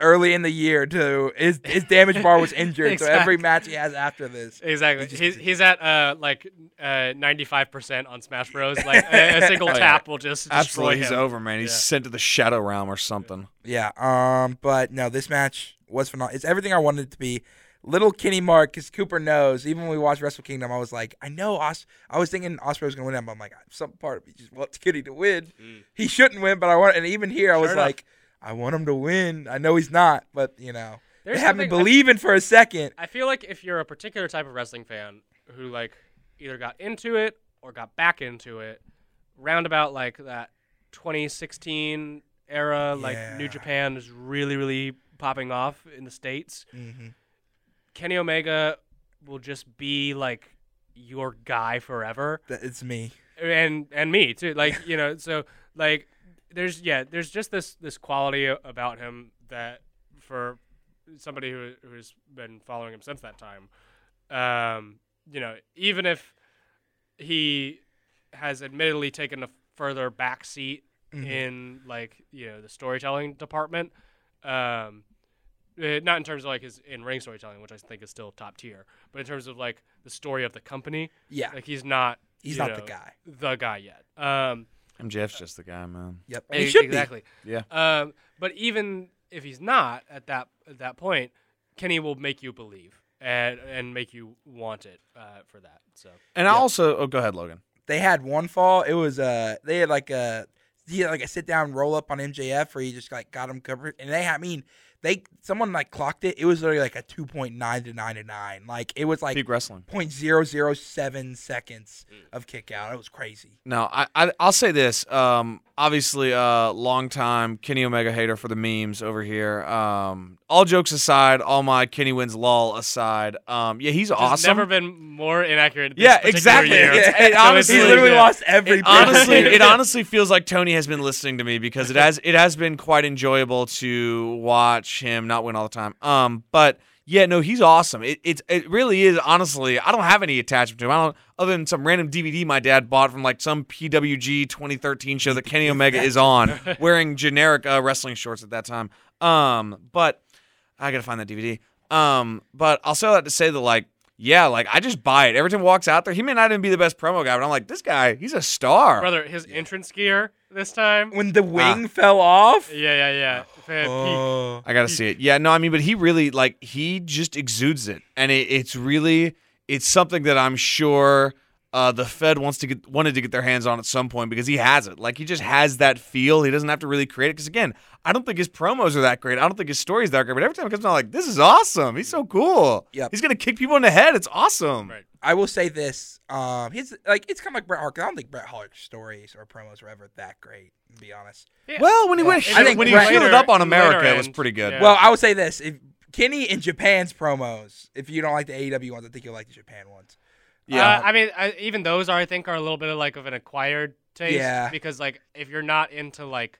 D: early in the year to his his damage bar was injured, so every
E: Exactly.
D: match he has after this.
E: Exactly.
D: He just-
E: he's he's at uh like uh ninety five percent on Smash Bros.
F: *laughs*
E: Like a, a single
F: Oh, yeah.
E: tap will just destroy
F: Absolutely,
E: him.
F: he's over, man. He's
E: Yeah.
F: sent to the shadow realm or something.
D: Yeah. Um. But no, this match was phenomenal. It's everything I wanted it to be. Little Kenny Mark, because Cooper knows. Even when we watched Wrestle Kingdom, I was like, I know. Os- I was thinking Osprey was gonna win, that, but I'm like, some part of me just wants Kenny to win. He shouldn't win, but I want. And even here, I was
E: Mm. enough.
D: like, I want him to win. I know he's not, but you know,
E: There's
D: they had me
E: something- I-
D: believing for a second.
E: I feel like if you're a particular type of wrestling fan who like either got into it or got back into it, roundabout like that 2016 era, like
D: Yeah.
E: New Japan is really really popping off in the states.
F: Mm-hmm.
E: Kenny Omega will just be like your guy forever.
D: That it's me.
E: and and me too like you know so like there's yeah there's just this this quality a- about him that for somebody who who's been following him since that time um you know even if he has admittedly taken a further back seat
D: Mm-hmm.
E: in like you know the storytelling department um eh, not in terms of like his in ring storytelling, which I think is still top tier, but in terms of like the story of the company,
D: Yeah.
E: like he's not
D: He's
E: you
D: not the
E: know,
D: guy.
E: the guy yet. Um,
F: MJF's just the guy, man.
D: Yep. And he
E: e-
D: should
E: exactly.
F: Yeah.
E: Um, but even if he's not at that at that point, Kenny will make you believe and and make you want it uh, for that. So
F: And I also, oh, go ahead, Logan.
D: be. They had one fall. It was uh they had like a he had like a sit down roll up on MJF where he just like got him covered and they had- I mean they someone like clocked it. It was literally like a two point nine to nine to nine. Like it was like
F: Peak wrestling.
D: point zero zero seven seconds of kick out. It was crazy.
F: No, I, I I'll say this. Um, obviously, uh, long time Kenny Omega hater for the memes over here. Um, all jokes aside, all my Kenny wins lol aside. Um, yeah, he's
E: there's
F: awesome.
E: never been more inaccurate. This
F: Yeah,
E: particular
F: exactly.
D: *laughs*
E: Year.
F: It's- *laughs* it
E: *laughs* So
F: honestly-
D: he
E: like,
D: literally
E: yeah.
D: lost every *laughs*
F: honestly,
D: pay-per-view.
F: it honestly feels like Tony has been listening to me because it has it has been quite enjoyable to watch him not win all the time. Um, but yeah, no, he's awesome. It it's it really is. Honestly, I don't have any attachment to him. I don't other than some random DVD my dad bought from like some PWG 2013 show that Kenny Omega is on, wearing generic uh, wrestling shorts at that time. Um, but I gotta find that DVD. Um, but I'll sell that to say that like, yeah, like I just buy it. Everton walks out there. He may not even be the best promo guy, but I'm like, this guy, he's a star.
E: brother. His entrance gear this time.
D: when
F: Ah.
D: the wing fell off.
E: yeah, yeah, yeah. Peak.
D: Oh.
F: I gotta see it. Yeah, no, I mean, but he really like he just exudes it, and it, it's really it's something that I'm sure uh, the Fed wants to get wanted to get their hands on at some point because he has it. Like he just has that feel. He doesn't have to really create it because again, I don't think his promos are that great. I don't think his stories that great. But every time it comes out, I'm like this is awesome. He's so cool.
D: Yep.
F: he's gonna kick people in the head. It's awesome.
E: Right.
D: I will say this. Um, his like it's kind of like Bret Hart. 'cause I don't think Bret Hart's stories or promos were ever that great. To be honest.
F: Well, when he went,
E: I think
F: when he
D: Brett-
F: shielded up on
E: later
F: America, it was
E: end,
F: pretty good.
E: yeah.
D: Well, I will say this: if Kenny in Japan's promos, if you don't like the AEW ones, I think you'll like the Japan ones.
E: Uh,
D: Yeah.
E: I mean, I, even those are, I think, are a little bit of like of an acquired taste.
D: Yeah.
E: Because like, if you're not into like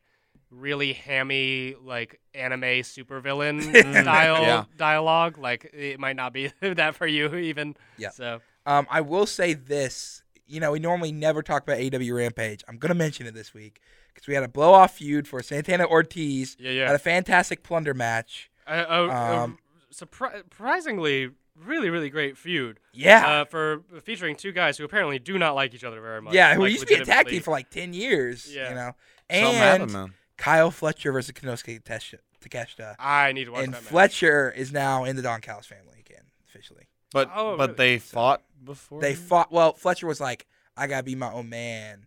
E: really hammy like anime
D: *laughs*
E: supervillain style
F: Yeah.
E: dialogue, like it might not be *laughs* that for you even.
D: Yeah.
E: So
D: Um, I will say this. You know, we normally never talk about AW Rampage. I'm gonna mention it this week because we had a blow off feud for Santana Ortiz.
E: Yeah, yeah.
D: Had a fantastic plunder match.
E: uh, uh,
D: Um,
E: surpri- surprisingly, really, really great feud.
D: Yeah.
E: Uh, for featuring two guys who apparently do not like each other very much.
D: yeah, who
E: like,
D: used to be a tag team
E: legitimately.
D: for like ten years.
E: Yeah.
D: You know,
F: Something happened,
D: and
F: man.
D: Kyle Fletcher versus Kanosuke Takesh- Takeshita,
E: I need to watch
D: and
E: that match.
D: Fletcher is now in the Don Callis family again officially.
F: But
E: Oh,
F: but
E: really?
F: they fought before.
D: They fought. Well, Fletcher was like, "I gotta be my own man,"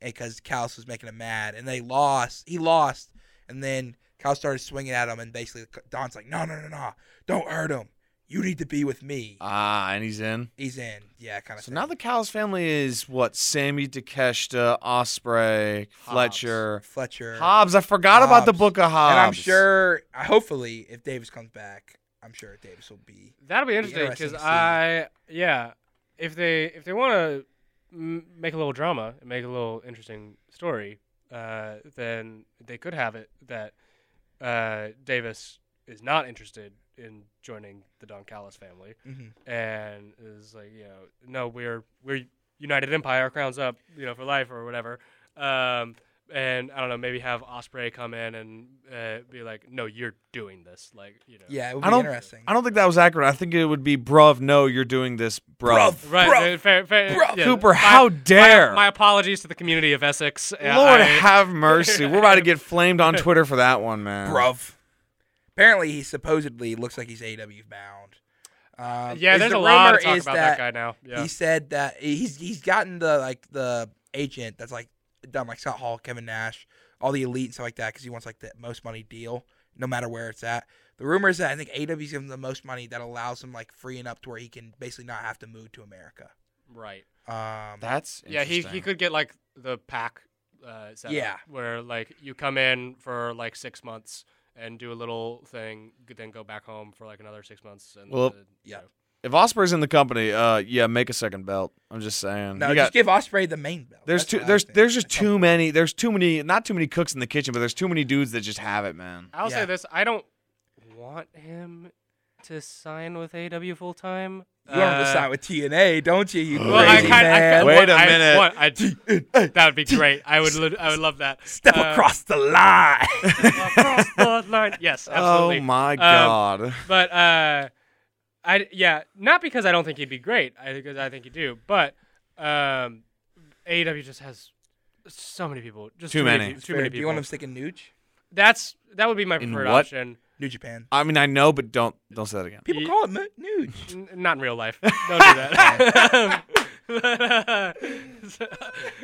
D: because Callis was making him mad, and they lost. He lost, and then Cal started swinging at him, and basically Don's like, "No, no, no, no! Don't hurt him. You need to be with
E: Uh,
D: me."
F: ah, and he's in.
D: He's in. Yeah, kind of.
F: So now the Cowles family is what? Sammy DeKeshta, Osprey, Fletcher,
D: Fletcher
F: Hobbs. I forgot about the
D: Hobbs.
F: Book of Hobbs.
D: and I'm sure, uh, hopefully, if Davis comes back, I'm sure Davis will be.
E: That'll be
D: It'll be
E: interesting because
D: interesting to see.
E: I yeah, if they if they want to m- make a little drama and make a little interesting story, uh, then they could have it that uh, Davis is not interested in joining the Don Callis family
D: Mhm.
E: and is like you know no we're we're United Empire crowns up you know for life or whatever. Um, and I don't know, maybe have Osprey come in and uh, be like, "No, you're doing this." Like, you know,
D: Yeah, it would be
F: I don't.
D: interesting.
F: I don't think that was accurate. I think it would be, bruv. No, you're doing this, bruv.
D: Bruv.
E: Right,
D: Bruh.
E: uh, fair, fair,
D: Bruh.
E: yeah.
F: Cooper,
E: My-
F: how
E: my-
F: dare.
E: My, apologies to the community of Essex. Uh,
F: Lord
E: I-
F: have mercy. We're about to get flamed on Twitter for that one, man.
D: Bruv. Apparently, he supposedly looks like he's AW bound. Um,
E: yeah,
D: is
E: there's
D: the
E: a lot
D: rumor
E: of talk
D: is
E: about that, guy now. Yeah.
D: He said that he's he's gotten the like the agent that's like done like Scott Hall, Kevin Nash, all the elite and stuff like that because he wants like the most money deal no matter where it's at. The rumor is that I think AW's giving him the most money that allows him like freeing up to where he can basically not have to move to America.
E: right.
D: Um,
F: That's
E: Yeah, he he
F: interesting.
E: could get like the pack. Uh, setup,
D: Yeah.
E: Where like you come in for like six months and do a little thing, then go back home for like another six months. And
F: Well,
E: uh, you
D: yeah.
E: know.
F: If Osprey's in the company, uh, yeah, make a second belt. I'm just saying.
D: no,
F: You
D: just
F: got-
D: give Osprey the main belt.
F: there's
D: That's
F: too
D: what I
F: there's
D: think.
F: there's just
D: That's all.
F: too many there's too many not too many cooks in the kitchen, but there's too many dudes that just have it, man.
E: I'll
D: Yeah.
E: say this: I don't want him to sign with AW full time. Uh,
D: You want him to sign with TNA, don't you? You
E: Well, I
D: crazy
E: kind- I
D: man.
E: kind-
F: Wait
E: want-
F: a
E: I
F: minute.
E: want- I- that would be great. I would. lit- I would love that.
D: *laughs* Step
E: Uh,
D: across the line.
E: across the line.
D: *laughs*
E: Yes, absolutely.
F: Oh my
E: Um,
F: god.
E: But uh, I yeah, not because I don't think he'd be great. I because I think he do, but um, AEW just has so many people. Just
F: Too
E: too,
F: many.
E: Too many
D: Do you
E: people.
D: want him sticking Nuge?
E: That's that would be my
F: In
E: preferred
F: what?
E: option.
D: New Japan.
F: I mean, I know, but don't don't say that again.
D: People
E: Ye-
D: call it Mo- Nuge.
E: N- not in real life. Don't do
F: *laughs*
E: that. But, uh, so-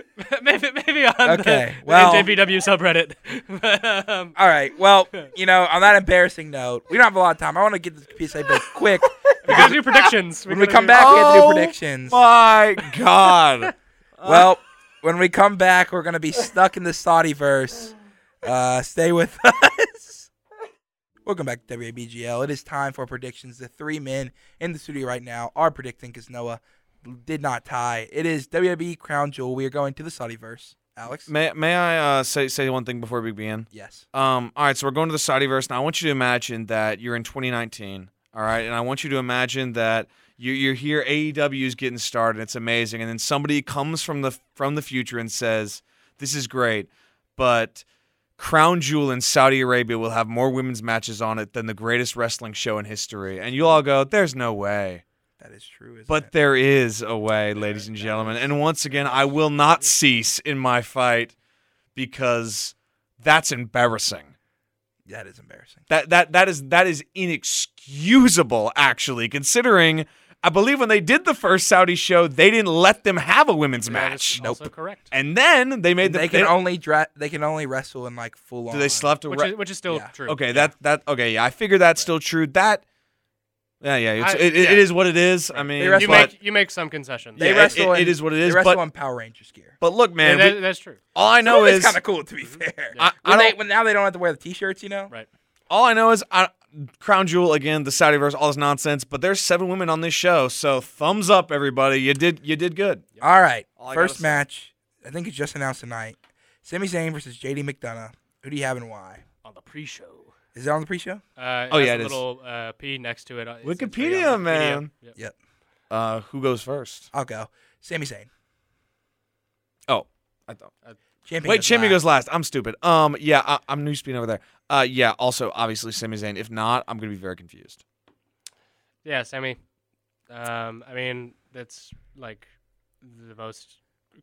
E: *laughs* maybe maybe on
D: Okay,
E: the,
D: well-
E: the NJPW subreddit.
F: *laughs*
E: But, um,
D: All right. Well, you know, on that embarrassing note, we don't have a lot of time. I want to get this PSA break quick.
E: we gotta do predictions.
D: When we
E: gotta
D: come
E: do-
D: back, we have to
F: Oh
D: do predictions.
F: My god. *laughs*
D: Well, when we come back, we're gonna be stuck in the Saudi verse. Uh, stay with *laughs* us. Welcome back to WABGL. It is time for predictions. The three men in the studio right now are predicting because Noah did not tie. It is WAB Crown Jewel. We are going to the Saudi verse. Alex.
F: may may I uh, say say one thing before we begin?
D: Yes.
F: Um, all right, so we're going to the Saudi verse, and I want you to imagine that you're in 2019. All right, and I want you to imagine that you, you're here. AEW is getting started; it's amazing, and then somebody comes from the from the future and says, "This is great, but Crown Jewel in Saudi Arabia will have more women's matches on it than the greatest wrestling show in history," and you all go, "There's no way."
D: That is true. Isn't
F: But
D: it?
F: there is a way, ladies and gentlemen. And once again, I will not cease in my fight because that's embarrassing.
D: that is embarrassing.
F: That that that is that is inexcusable actually considering I believe when they did the first Saudi show, they didn't let them have a women's
E: That is
F: match.
E: also correct.
F: And then they made
D: And
F: them
D: they can only dra- they can only wrestle in like full on.
F: do they still have to
E: Which
F: re-
E: is, which is still
D: Yeah.
E: true.
F: Okay, that that okay, yeah, I figured that's still true. That Yeah, yeah. It's,
E: I-
F: it, it-
E: yeah.
F: it is what it is. I mean,
D: They wrestle
E: You
D: But-
E: make you make some concessions.
D: They
F: Yeah, it-
D: wrestle.
F: it-
D: in-
F: it is what it
D: they
F: is,
D: wrestle
F: but-
D: on Power Rangers gear.
F: but look,
E: Yeah,
F: man,
E: that-
F: we-
E: that's true.
F: all I
D: *laughs*
F: know is Mm-hmm.
D: kind of cool to be fair.
F: I- I
D: when they,
F: don't-
D: when now they don't have to wear the t-shirts, you know.
E: Right.
F: all I know is I, Crown Jewel again, the Saudi verse, all this nonsense. But there's seven women on this show, so thumbs up, everybody. You did, you did good.
D: All right.
F: All I
D: First
F: gotta say.
D: match. I think it's just announced tonight. Sami Zayn versus JD McDonough. Who do you have and why?
E: On the pre-show.
D: Is it on the pre-show?
E: Uh,
F: Oh,
E: has
F: yeah,
E: a
F: it is.
E: little uh, P next to it. It's- it's right
F: Wikipedia,
E: on Wikipedia.
F: man.
E: Yep.
D: Yep.
F: Uh, who goes first?
D: I'll go. Sami Zayn.
F: Oh, I thought.
D: Champion
F: Wait, Jimmy
D: last.
F: goes last. I'm stupid. Um, yeah, I, I'm new speed over there. Uh, yeah. Also, obviously, Sami Zayn. If not, I'm gonna be very confused.
E: Yeah, Sammy. Um, I mean, that's like the most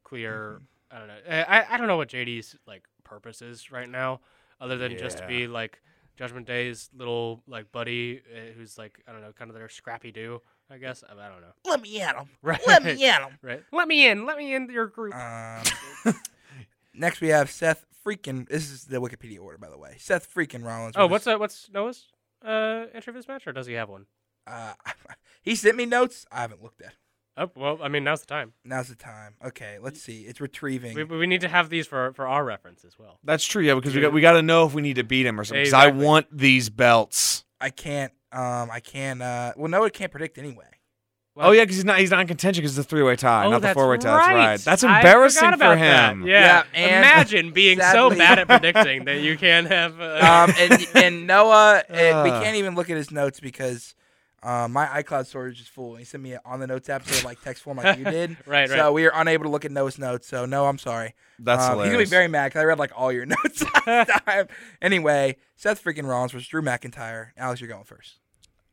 E: clear. I don't know. I I- I don't know what JD's like purpose is right now, other than just to be like Judgment Day's little like buddy, uh, who's like I don't know, kind of their scrappy do. I guess I, I don't know. *laughs*
D: Let me at him.
E: Right.
F: *laughs*
D: Let me at him.
E: Right? Let me in. Let me in your group.
D: Um, *laughs* next we have Seth freaking. This is the Wikipedia order, by the way. Seth freaking Rollins.
E: oh,
D: versus-
E: what's uh, what's Noah's uh, entry for this match, or does he have one?
D: Uh, *laughs* he sent me notes. I haven't looked at. 'em.
E: Oh, well, I mean, now's the time.
D: Now's the time. Okay, let's see. It's retrieving.
E: We, we need to have these for for our reference as well.
F: That's true. Yeah, because we got we got to know if we need to beat him or something. Because
E: Exactly.
F: I want these belts.
D: I can't. Um, I can't. Uh, well, no, it can't predict anyway.
F: oh yeah, because he's not he's not in contention because it's a three way tie,
E: Oh,
F: not the
E: that's
F: four way tie. That's right. That's
E: I
F: embarrassing
E: forgot
F: for
E: about that.
F: him.
E: Yeah.
D: Yeah, and
E: Imagine being so
D: sadly- *laughs*
E: bad at predicting that you can't have. Uh,
D: *laughs* Um, and, and Noah, uh, we
F: Ugh.
D: can't even look at his notes because. Um, my iCloud storage is full. He sent me it on the notes app, so like text form, like *laughs* you did.
E: Right,
D: So
E: right.
D: we are unable to look at Noah's notes. So no, I'm sorry.
E: Uh,
F: That's
D: um, He's gonna
F: hilarious.
D: be very mad because I read like all your *laughs* notes last time. Anyway, Seth freaking Rollins versus Drew McIntyre. Alex, you're going first.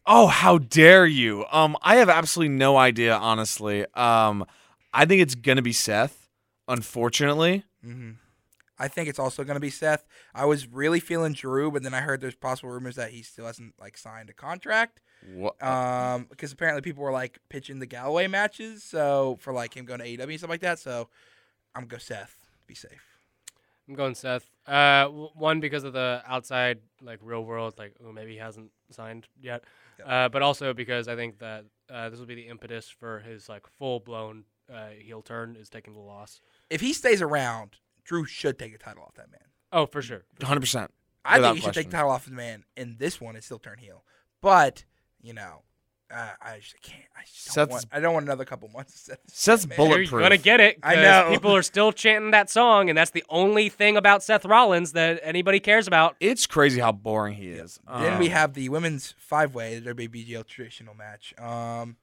F: Oh, how dare you? Um, I have absolutely no idea, honestly. Um, I think it's gonna be Seth, unfortunately.
D: hmm I think it's also gonna be Seth. I was really feeling Drew, but then I heard there's possible rumors that he still hasn't like signed a contract.
F: What?
D: Um, because apparently people were like pitching the Galloway matches, so for like him going to AEW and stuff like that. So I'm gonna go Seth. Be safe.
E: I'm going Seth. Uh, w- one because of the outside, like real world, like oh maybe he hasn't signed yet. Uh, but also because I think that uh, this will be the impetus for his like full blown uh, heel turn is taking the loss.
D: If he stays around, Drew should take the title off that man.
E: Oh, for sure.
F: 100. percent
D: I
F: Without
D: think he should
F: question.
D: take the title off the man in this one and still turn heel. But you know, uh, I just can't. I just don't
F: Seth's-
D: want. I don't want another couple months. Of Seth.
F: Seth's
D: man.
E: You're
F: bulletproof.
E: gonna get it.
D: I
E: 'cause
D: know.
E: People are still chanting that song, and that's the only thing about Seth Rollins that anybody cares about.
F: It's crazy how boring he is.
D: Then
F: Um,
D: we have the women's five way the WBGL traditional match. Um,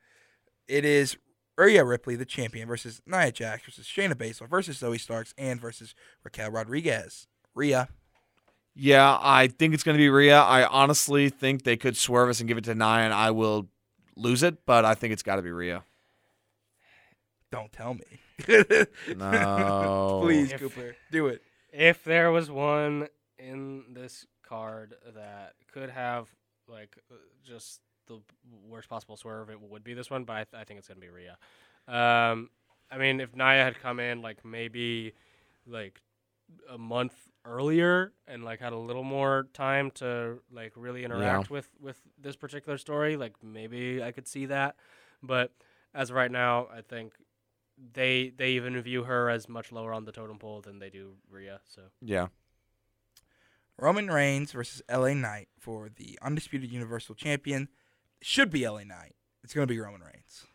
D: it is Rhea Ripley, the champion, versus Nia Jax versus Shayna Baszler versus Zoe Starks and versus Raquel Rodriguez. Rhea,
F: Yeah, I think it's gonna be Rhea. I honestly think they could swerve us and give it to Nia, and I will lose it. But I think it's got to be Rhea.
D: don't tell me. *laughs*
F: No.
D: Please,
E: If-
D: Cooper, do it.
E: if there was one in this card that could have like uh, just the worst possible swerve, it would be this one. But I, th- I think it's gonna be Rhea. Um, I mean, if Naya had come in like maybe like a month earlier and like had a little more time to like really interact with with this particular story, like maybe I could see that. But as of right now, I think they they even view her as much lower on the totem pole than they do Rhea. So
F: Yeah.
D: Roman Reigns versus LA Knight for the undisputed Universal Champion. Should be LA Knight. It's going to be Roman Reigns.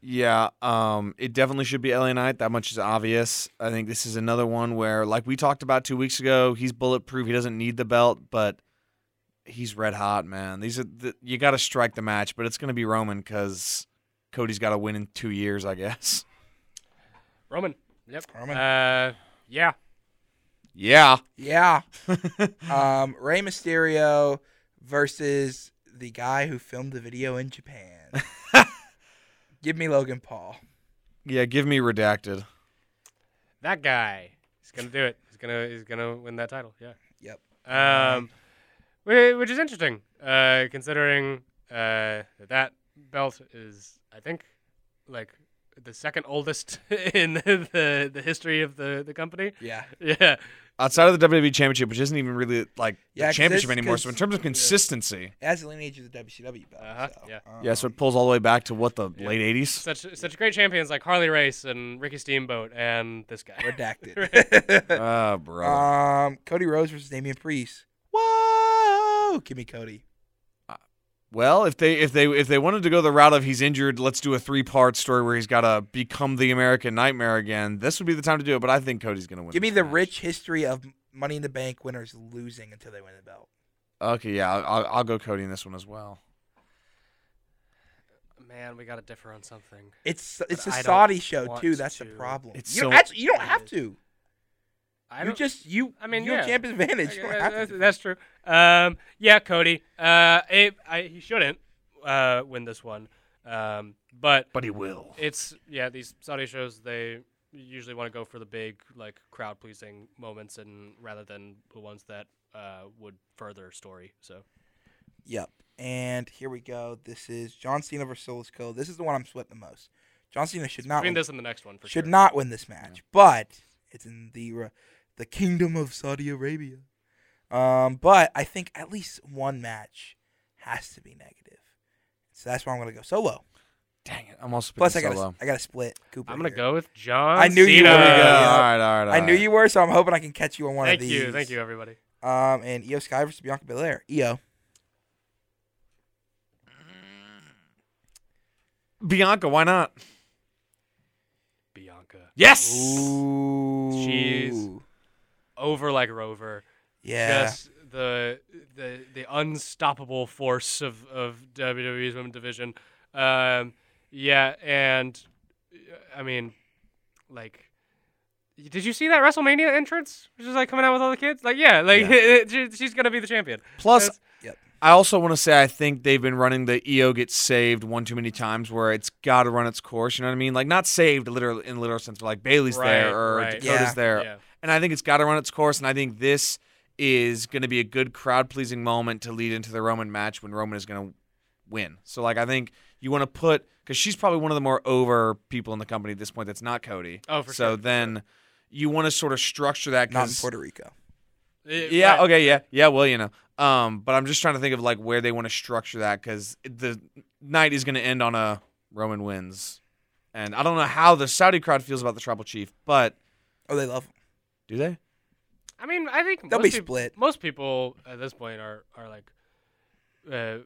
F: Yeah, um, it definitely should be LA Knight. That much is obvious. I think this is another one where, like we talked about two weeks ago, he's bulletproof. He doesn't need the belt, but he's red hot, man. These are the, you got to strike the match, but it's gonna be Roman because Cody's got to win in two years, I guess.
E: Roman. Yep.
D: Roman.
E: Uh, yeah.
F: Yeah,
E: *laughs*
D: Yeah. um, Rey Mysterio versus the guy who filmed the video in
E: *laughs*
D: Japan. Give me Logan Paul.
F: yeah. Give me redacted.
E: That guy. He's gonna do it. He's gonna he's gonna win that title. Yeah.
D: Yep.
E: Um, whi- which is interesting, uh, considering uh, that that belt is, I think, like *laughs* the second oldest in the the history of the the company. *laughs*
D: Yeah.
E: Yeah.
F: outside of the WWE Championship, which isn't even really like
D: Yeah,
F: the
D: 'cause
F: championship
D: it's-
F: anymore. So in
D: 'cause-
F: terms of consistency,
D: It has the lineage of the WCW belt.
E: Uh-huh,
D: so,
E: yeah.
D: um,
F: yeah, so it pulls all the way back to what the late 80s.
E: Such such great champions like Harley Race and Ricky Steamboat and
D: *laughs*
E: this
D: *laughs*
E: guy. *laughs*
D: redacted.
F: Ah, bro.
D: um, Cody Rhodes versus Damian Priest. Whoa, give me Cody.
F: Well, if they if they if they wanted to go the route of he's injured, let's do a three part story where he's got to become the American Nightmare again. This would be the time to do it, but I think Cody's going to win.
D: Give me
F: this
D: the
F: match.
D: rich history of Money in the Bank winners losing until they win the belt.
F: Okay, yeah, I'll, I'll- I'll go Cody in this one as well.
E: Man, we gotta differ on something.
D: It's it's a
E: But I don't
D: Saudi show
E: want
D: too. That's the
E: to.
D: problem.
F: It's
D: you don't
F: so-
D: actually, you don't have to.
E: I
D: you
E: don't,
D: just you.
E: I mean,
D: you have
E: yeah.
D: champion advantage.
E: Okay,
D: You don't
E: that-
D: have to
E: that's,
D: do
E: that's true. Um, yeah, Cody. Uh, it, I, he shouldn't uh, win this one, um, but
F: But he will.
E: it's yeah. These Saudi shows they usually want to go for the big like crowd pleasing moments, and rather than the ones that uh, would further story. So
D: Yep. And here we go. This is John Cena versus Solis Code. This is the one I'm sweating the most. John Cena should not
E: between
D: win,
E: this and the next one for
D: should
E: sure.
D: not win this match, but it's in the uh, the kingdom of Saudi Arabia. Um, but I think at least one match has to be negative, so that's why I'm gonna go solo.
F: Dang it, I'm also
D: Plus, I
F: picking
D: got
F: solo.
D: I got to split. Cooper
E: I'm gonna
D: here.
E: go with John.
D: I knew you were gonna
E: Cena.
F: There we go.
D: Yeah.
F: All right, all right, all right.
D: Uh, I knew you were, so I'm hoping I can catch you on one
E: Thank
D: of these.
E: you, thank you, everybody.
D: Um, and Io Sky versus Bianca Belair. Io.
F: Bianca, why not?
E: Bianca
F: Yes.
D: Ooh.
E: Jeez. over like Rover.
D: Yeah.
E: just the the the unstoppable force of of WWE's women division. Um, yeah, and uh, I mean, like, y- did you see that WrestleMania entrance? She's like coming out with all the kids. Like, yeah, like *laughs* she- she's gonna be the champion.
F: Plus,
E: That's-
D: Yep.
F: I also want to say I think they've been running the EO gets saved one too many times where it's got to run its course. You know what I mean? Like not saved literally in literal sense, but like Bailey's
E: Right,
F: there or
E: right.
F: Dakota's
D: Yeah.
F: there,
E: Yeah.
F: and I think it's got to run its course. And I think this is going to be a good crowd pleasing moment to lead into the Roman match when Roman is going to win. So like I think you want to put because she's probably one of the more over people in the company at this point. That's not Cody.
E: Oh, for
F: so
E: sure, for
F: then. You want to sort of structure that
D: Not in
F: 'cause-
D: Puerto Rico.
F: yeah.
E: right.
F: Okay. Yeah. Yeah. Well, you know. Um, but I'm just trying to think of like where they want to structure that because the night is going to end on a Roman wins, and I don't know how the Saudi crowd feels about the tribal chief, but
D: Oh, they love him.
F: do they?
E: I mean, I think
D: They'll
E: most
D: be
E: peop-
D: split.
E: most people at this point are are like uh, f-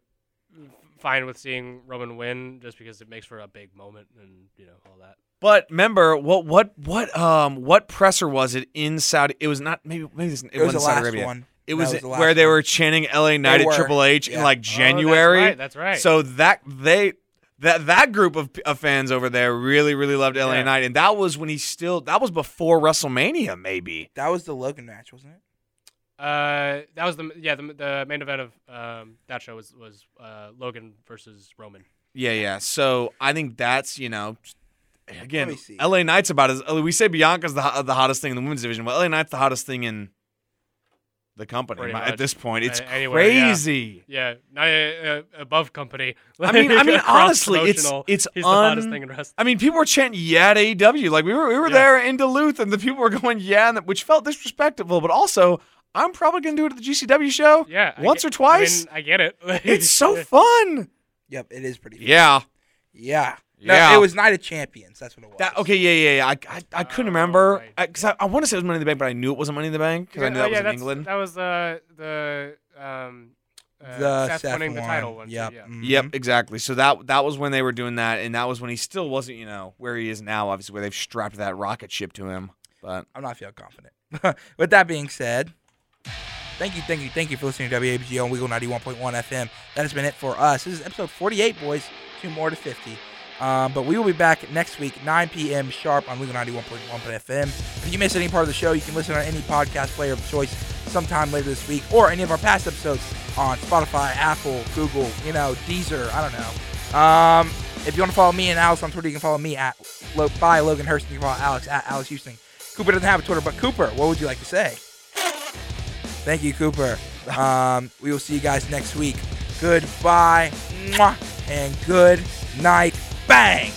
E: fine with seeing Roman win just because it makes for a big moment and you know all that.
F: But remember what what what um what presser was it in Saudi? It was not maybe maybe this, it,
D: It was
F: wasn't
D: the
F: Saudi
D: last
F: Arabia.
D: one.
F: It
D: No,
F: was,
D: the last
F: where they
D: one.
F: were chanting LA Night
D: They
F: at
D: were,
F: Triple H
D: yeah.
F: in like
E: Oh, that's
F: January.
E: right, that's right.
F: So that they that that group of, of fans over there really really loved LA
E: Yeah.
F: Knight, and that was when he still that was before WrestleMania, maybe.
D: That was the Logan match, wasn't it?
E: Uh, that was the yeah the, the main event of um that show was was uh Logan versus Roman.
F: Yeah, yeah. So I think that's you know,
D: Let
F: again,
D: me see.
F: LA Knight's about as we say Bianca's the ho- the hottest thing in the women's division. Well, LA Knight's the hottest thing in the company
E: Pretty
F: my-
E: much.
F: at this point. It's
E: A- anywhere, yeah.
F: crazy.
E: Yeah, not uh, uh, above company.
F: I mean,
E: *laughs*
F: I mean,
E: Cross
F: honestly, it's
E: promotional.
F: it's
E: he's the
F: un-
E: hottest thing in wrestling.
F: I mean, people were chanting "Yeah" to AEW. Like we were, we were
E: Yeah.
F: there in Duluth, and the people were *laughs* going "Yeah," and that- which felt disrespectful. But also, I'm probably gonna do it at the GCW show.
E: Yeah, I
F: once
E: get-
F: or twice.
E: I, mean, I get it.
F: it's
E: *laughs*
F: so fun.
D: Yep, it is pretty.
F: Yeah.
D: Yeah. No,
F: Yeah.
D: it was Night of Champions. That's what it was.
F: That okay? Yeah, yeah, yeah. I, I, I couldn't
E: Oh,
F: remember
E: right.
F: because I, I, want to say it was Money in the Bank, but I knew it wasn't Money in the Bank because I knew
E: Yeah,
F: that
E: oh, yeah,
F: was in
E: that's-
F: England.
E: That was uh, the um uh,
D: the
E: Seth,
D: Seth
E: winning the
D: one.
E: title one. too,
D: Yep.
E: yeah.
D: mhm.
F: Yep, exactly. So that that was when they were doing that, and that was when he still wasn't, you know, where he is now. Obviously, where they've strapped that rocket ship to him. But
D: I'm not feeling confident. *laughs* With that being said, thank you, thank you, thank you for listening to WABG on Wiggle 91.1 FM. That has been it for us. This is episode 48, boys. Two more to 50. Um, but we will be back next week, 9 p.m. sharp on Wiggle 91.1 FM. If you miss any part of the show, you can listen on any podcast player of choice sometime later this week or any of our past episodes on Spotify, Apple, Google, you know, Deezer, I don't know. Um, if you want to follow me and Alex on Twitter, you can follow me at Lo- by Logan Hurst. You can follow Alex at Alex Houston. Cooper doesn't have a Twitter, but Cooper, what would you like to say? Thank you, Cooper. Um, we will see you guys next week. Goodbye, mwah, and good night. Bang!